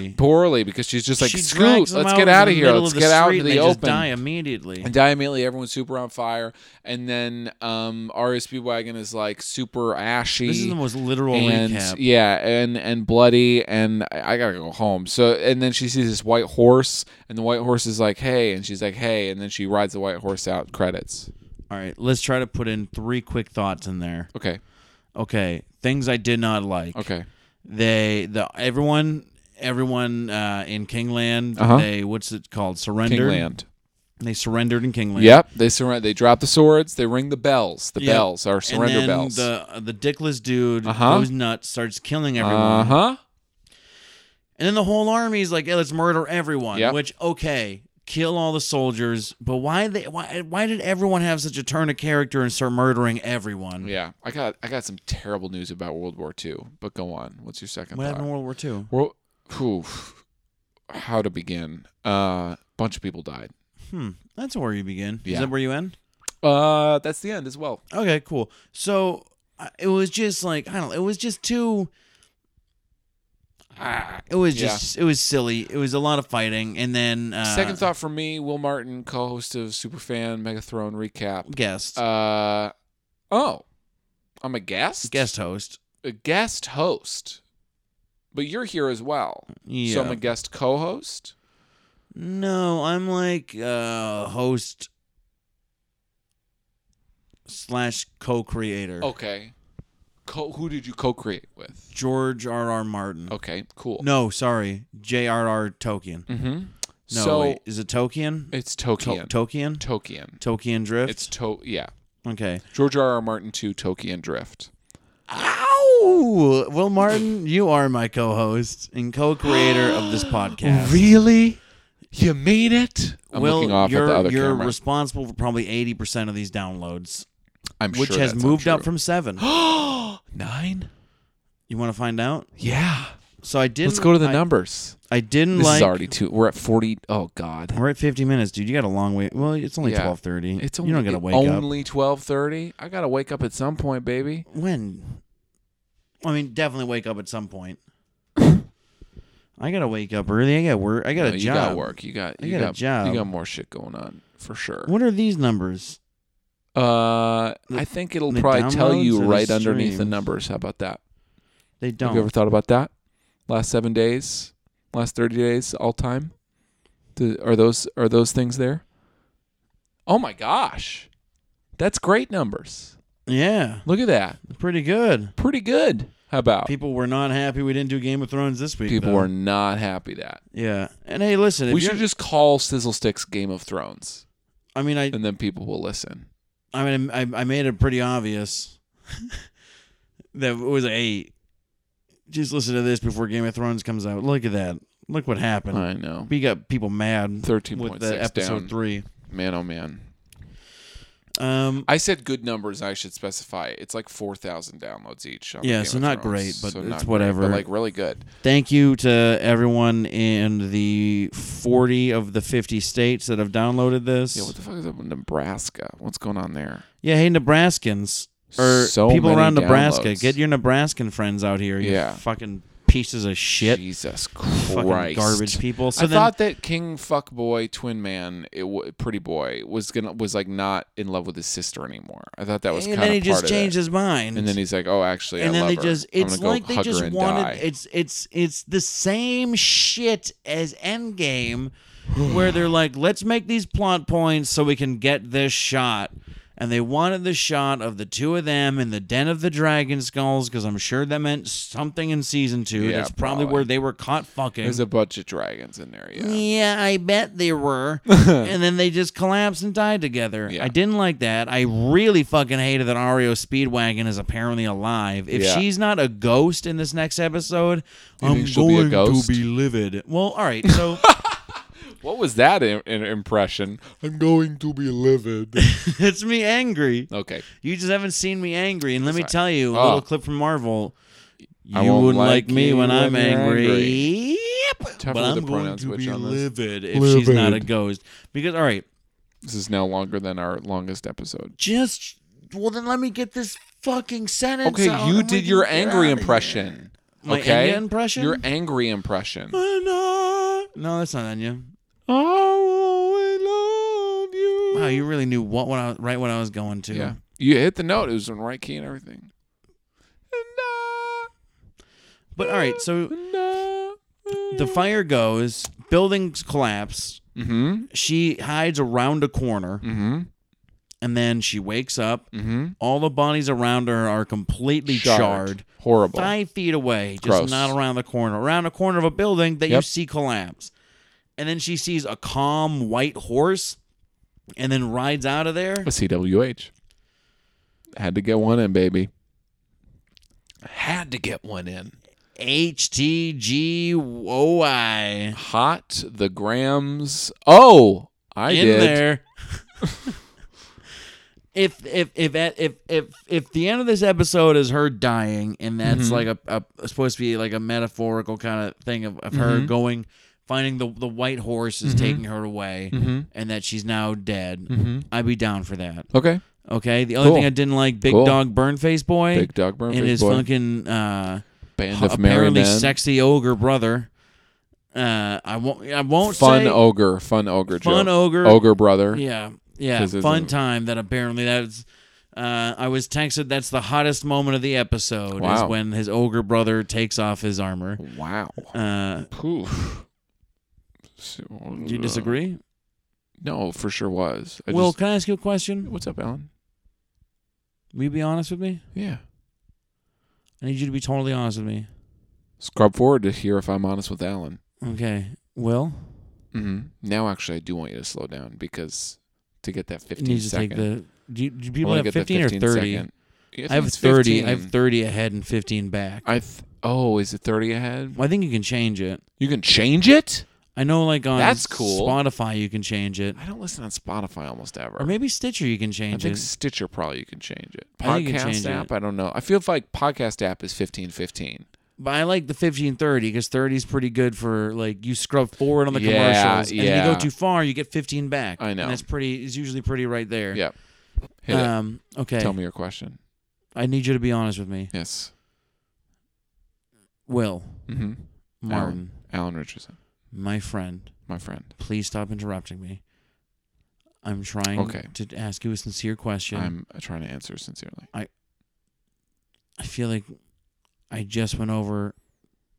S2: can't poorly because she's just like
S3: She
S2: screw
S3: drags them
S2: let's
S3: out
S2: get
S3: into
S2: out
S3: the
S2: of here
S3: middle
S2: let's
S3: the
S2: get out
S3: street
S2: into the
S3: and they
S2: open
S3: Just die immediately.
S2: and die immediately. Everyone's super on fire. And then um, Aria Speedwagon is like super ashy.
S3: This is the most literal
S2: and
S3: recap.
S2: yeah, and and bloody, and I I gotta go home. So and then she sees this white horse, and the white horse is like, hey, and she's like, hey, and then she rides the white horse out. Credits.
S3: All right, let's try to put in three quick thoughts in there.
S2: Okay,
S3: Okay, things I did not like.
S2: okay,
S3: They the everyone everyone uh, in Kingland
S2: Uh-huh.
S3: they what's it called surrendered.
S2: Kingland.
S3: They surrendered in Kingland.
S2: Yep, they surrender. They drop the swords. They ring the bells. The
S3: Yep.
S2: bells are
S3: And
S2: surrender
S3: then
S2: bells.
S3: the the dickless dude
S2: Uh-huh.
S3: goes nuts, starts killing everyone,
S2: uh huh.
S3: and then the whole army's like, "Hey, let's murder everyone."
S2: Yep.
S3: Which okay, kill all the soldiers, but why they why why did everyone have such a turn of character and start murdering everyone?
S2: Yeah, I got I got some terrible news about World War II. But go on. What's your second?
S3: What
S2: thought?
S3: happened in World War Two?
S2: Well, oof. how to begin? Uh, bunch of people died.
S3: Hmm, that's where you begin.
S2: Yeah.
S3: Is that where you end?
S2: Uh, that's the end as well.
S3: Okay, cool. So I- it was just like I don't. know, It was just too. Ah, it was
S2: Yeah.
S3: just. It was silly. It was a lot of fighting, and then uh,
S2: Second thought for me, Will Martin, co-host of Superfan Megathrone Recap.
S3: guest
S2: Uh, oh, I'm a guest.
S3: guest host.
S2: A guest host. But you're here as well,
S3: Yeah.
S2: so I'm a guest co-host.
S3: no, I'm like uh host slash co-creator.
S2: Okay. Co- who did you co-create with?
S3: George R. R. Martin.
S2: Okay, cool.
S3: No, sorry, J. R. R. Tolkien.
S2: Mm-hmm.
S3: No,
S2: so
S3: wait, is it Tolkien?
S2: it's
S3: To-
S2: Tokian.
S3: Tolkien.
S2: Tokian.
S3: Tolkien Drift.
S2: It's to yeah.
S3: Okay.
S2: George R. R. Martin 2, Tokyo Drift.
S3: Ow! Will Martin, you are my co-host and co-creator
S2: [gasps]
S3: of this podcast.
S2: Really? You mean it? I'm
S3: Will,
S2: looking off
S3: you're,
S2: at the other
S3: you're
S2: camera.
S3: responsible for probably 80% of these downloads,
S2: I'm
S3: which
S2: sure
S3: has
S2: that's
S3: moved up
S2: untrue. [gasps]
S3: from 7.
S2: nine.
S3: you want to find out?
S2: Yeah.
S3: So I didn't
S2: Let's go to the
S3: I,
S2: numbers.
S3: I didn't
S2: This
S3: like
S2: is already two. We're at 40. Oh God.
S3: We're at 50 minutes, dude. You got a long way. Well, it's only
S2: Yeah.
S3: 12:30.
S2: It's
S3: you
S2: only,
S3: don't got to wake up.
S2: only 12:30. I gotta wake up at some point, baby.
S3: When? I mean, definitely wake up at
S2: [laughs]
S3: some point. I got to wake up early. I got work. I
S2: No,
S3: got a job.
S2: you got work. You got.
S3: I
S2: You
S3: got a job.
S2: You got more shit going on for sure.
S3: What are these numbers?
S2: Uh,
S3: The-
S2: I think it'll
S3: the
S2: probably tell
S3: downloads
S2: you
S3: or the
S2: right underneath the
S3: streams?
S2: numbers. How about that?
S3: They don't.
S2: Have you ever thought about that? Last seven days, last thirty days, all time. Do- are those are those things there? Oh my gosh, that's great numbers.
S3: yeah,
S2: Look at that,
S3: pretty good.
S2: pretty good. How about
S3: People were not happy we didn't do Game of Thrones this week.
S2: people
S3: though.
S2: are not happy that
S3: Yeah, and hey, listen. If
S2: we
S3: you're,
S2: should just call Sizzle Sticks Game of Thrones,
S3: I mean, I.
S2: and then people will listen.
S3: I mean, I, I made it pretty obvious [laughs] that it was a. Hey, just listen to this before Game of Thrones comes out. Look at that. Look what happened.
S2: I know.
S3: We got people mad
S2: Thirteen
S3: with
S2: point
S3: the
S2: six
S3: episode
S2: down.
S3: three.
S2: Man, oh man.
S3: Um,
S2: I said good numbers. I should specify it's like four thousand downloads each. on
S3: Yeah,
S2: Game
S3: so
S2: of
S3: not
S2: Thrones,
S3: great, but it's
S2: not great,
S3: whatever.
S2: but like really good.
S3: thank you to everyone in the forty of the fifty states that have downloaded this.
S2: Yeah, what the fuck is up with Nebraska? What's going on there?
S3: Yeah, hey Nebraskans or
S2: So
S3: people
S2: many
S3: around Nebraska,
S2: downloads.
S3: get your Nebraskan friends out here. You
S2: Yeah.
S3: fucking pieces of shit,
S2: Jesus
S3: fucking
S2: Christ!
S3: garbage people. So
S2: I
S3: then,
S2: thought that King Fuck Boy Twin Man, it w- Pretty Boy, was gonna was like not in love with his sister anymore. I thought that was
S3: and
S2: kind
S3: then
S2: of
S3: he just
S2: part
S3: changed
S2: of it.
S3: his mind.
S2: And then he's like, "Oh, actually,
S3: and
S2: I
S3: then
S2: love
S3: they
S2: her.
S3: just
S2: I'm
S3: it's
S2: gonna go
S3: like they
S2: hug her
S3: just
S2: and
S3: wanted
S2: die."
S3: it's it's it's the same shit as Endgame where they're like let's make these plot points so we can get this shot and they wanted the shot of the two of them in the den of the dragon skulls because I'm sure that meant something in season two.
S2: Yeah,
S3: That's probably,
S2: probably.
S3: where they were caught fucking.
S2: There's a bunch of dragons in there. Yeah,
S3: Yeah, I bet
S2: [laughs]
S3: they were. and then they just collapsed and died together.
S2: Yeah.
S3: I didn't like that. I really fucking hated that Ario Speedwagon is apparently alive. If
S2: Yeah.
S3: she's not a ghost in this next episode,
S2: You
S3: I'm
S2: think she'll be a
S3: going
S2: ghost?
S3: to be livid. Well, all right.
S2: [laughs]
S3: So
S2: what was that in, in impression? I'm going to be livid.
S3: it's me angry.
S2: Okay,
S3: You just haven't seen me angry. And let me
S2: Sorry.
S3: tell you a
S2: Oh.
S3: little clip from Marvel.
S2: I
S3: You
S2: won't
S3: wouldn't
S2: like
S3: like, me
S2: you
S3: when
S2: when
S3: I'm
S2: you're
S3: angry.
S2: angry.
S3: Yep.
S2: Tough
S3: But
S2: with the
S3: I'm going
S2: pronoun
S3: to
S2: switch
S3: be
S2: on this.
S3: livid if she's not a
S2: Livid.
S3: ghost. Because all right,
S2: this is now longer than our longest episode.
S3: just well then let me get this fucking sentence
S2: Okay,
S3: out.
S2: you
S3: I'm like,
S2: did your
S3: get
S2: angry
S3: out of
S2: impression.
S3: here. my
S2: okay,
S3: Enya impression
S2: Your angry impression.
S3: Enya. no that's not Enya. wow you really knew what, what I, was- right what i was going to
S2: Yeah, you hit the note. It was in right key and everything. And,
S3: but all right so
S2: uh, and,
S3: the fire goes buildings collapse
S2: uh, mhm,
S3: she hides around a corner
S2: mhm,
S3: and then she wakes up
S2: mhm.
S3: all the bodies around her are completely
S2: Charred.
S3: charred
S2: Horrible.
S3: five feet away, just
S2: Gross.
S3: not around the corner, around a corner of a building that you
S2: Yep.
S3: see collapse. And then she sees a calm white horse and then rides out of there.
S2: A CWH. Had to get one in, baby. Had to get one in.
S3: H T G O I.
S2: Hot the grams. Oh, I
S3: In
S2: did.
S3: there. [laughs] If if if at- if if if the end of this episode is her dying, and that's
S2: Mhm.
S3: like a, a supposed to be like a metaphorical kind of thing of, of her
S2: Mhm.
S3: going, finding the the white horse is
S2: Mhm.
S3: taking her away,
S2: Mm-hmm.
S3: and that she's now dead,
S2: Mm-hmm.
S3: I'd be down for that.
S2: Okay.
S3: Okay. The other
S2: Cool.
S3: thing I didn't like, Big
S2: Cool.
S3: Dog Burnface Boy
S2: Big Dog Burn.
S3: and
S2: Big
S3: his
S2: boy.
S3: fucking uh,
S2: band of merry
S3: apparently
S2: men.
S3: sexy ogre brother. Uh, I won't. I won't
S2: fun
S3: say
S2: ogre, fun ogre,
S3: fun
S2: joke.
S3: ogre.
S2: ogre brother.
S3: Yeah, yeah.
S2: 'Cause it's
S3: Fun
S2: a-
S3: time that apparently that's. Uh, I was texted. That's the hottest moment of the episode
S2: Wow.
S3: is when his ogre brother takes off his armor.
S2: Wow.
S3: Uh,
S2: Poof.
S3: do you disagree?
S2: No, for sure was. I
S3: Will,
S2: just,
S3: can I ask you a question?
S2: what's up, Alan?
S3: Will you be honest with me?
S2: Yeah.
S3: I need you to be totally honest with me.
S2: Scrub forward to hear if I'm honest with Alan.
S3: Okay, Will.
S2: Mm-hmm. Now, actually, I do want you to slow down because to get that
S3: It
S2: 15
S3: needs to
S2: second.
S3: take the Do, you, do
S2: I'm
S3: people
S2: gonna
S3: have
S2: get the
S3: 15 or
S2: 15
S3: 30?
S2: second. Yeah,
S3: I have
S2: think it's
S3: 30.
S2: 15.
S3: I have 30 ahead and 15 back. I,
S2: I th- oh, is it 30 ahead?
S3: think you can change it.
S2: You can change it?
S3: I know, like on
S2: That's cool.
S3: Spotify, you can change it,
S2: I don't listen on Spotify almost ever.
S3: or maybe Stitcher, you can
S2: I
S3: change
S2: think
S3: it.
S2: Stitcher probably you can change it.
S3: I think you can
S2: Podcast
S3: change
S2: app, I don't know. I feel like podcast app is 1515.
S3: But I like the 15 30 because 30 is pretty good for like you scrub forward on the
S2: Yeah,
S3: commercials, and if you
S2: yeah.
S3: go too far, you get 15 back.
S2: I know.
S3: And that's pretty. It's usually pretty right there.
S2: Yep. Hit it.
S3: Um. Okay.
S2: Tell me your question.
S3: I need you to be honest with me.
S2: Yes.
S3: Will
S2: hmm
S3: Martin,
S2: Alan Richardson,
S3: my friend,
S2: my friend.
S3: please stop interrupting me. I'm trying
S2: Okay.
S3: to ask you a sincere question.
S2: I'm uh, trying to answer sincerely.
S3: I feel like I just went over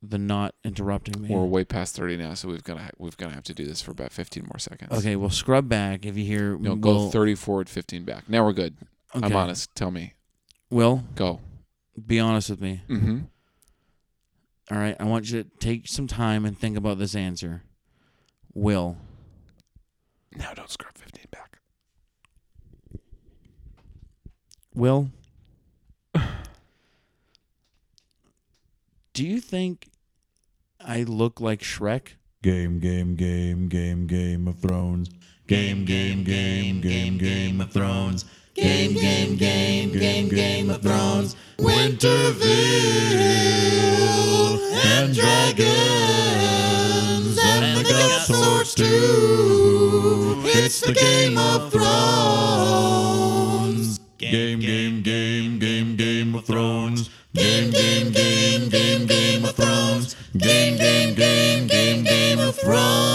S3: the not interrupting me.
S2: We're way past 30 now, so we've got to we've got to have to do this for about 15 more seconds.
S3: okay, well, scrub back if you hear.
S2: No, go
S3: Will,
S2: 30 forward, 15 back. Now we're good.
S3: okay.
S2: I'm honest. Tell me.
S3: Will,
S2: Go.
S3: be honest with me.
S2: Mm-hmm.
S3: All right, I want you to take some time and think about this answer. Will,
S2: Now don't scrub 15 back.
S3: Will, [sighs] do you think I look like Shrek?
S1: Game, game, game, game, Game of Thrones. Game, game, game, game, Game of Thrones. Game, game, game, game, Game of Thrones. Winterfell and dragons and the god swords too. It's the Game of Thrones. Game, game, game, game, Game of Thrones. Game, game, game, game, Game of Thrones. Game, game, game, game, Game of Thrones.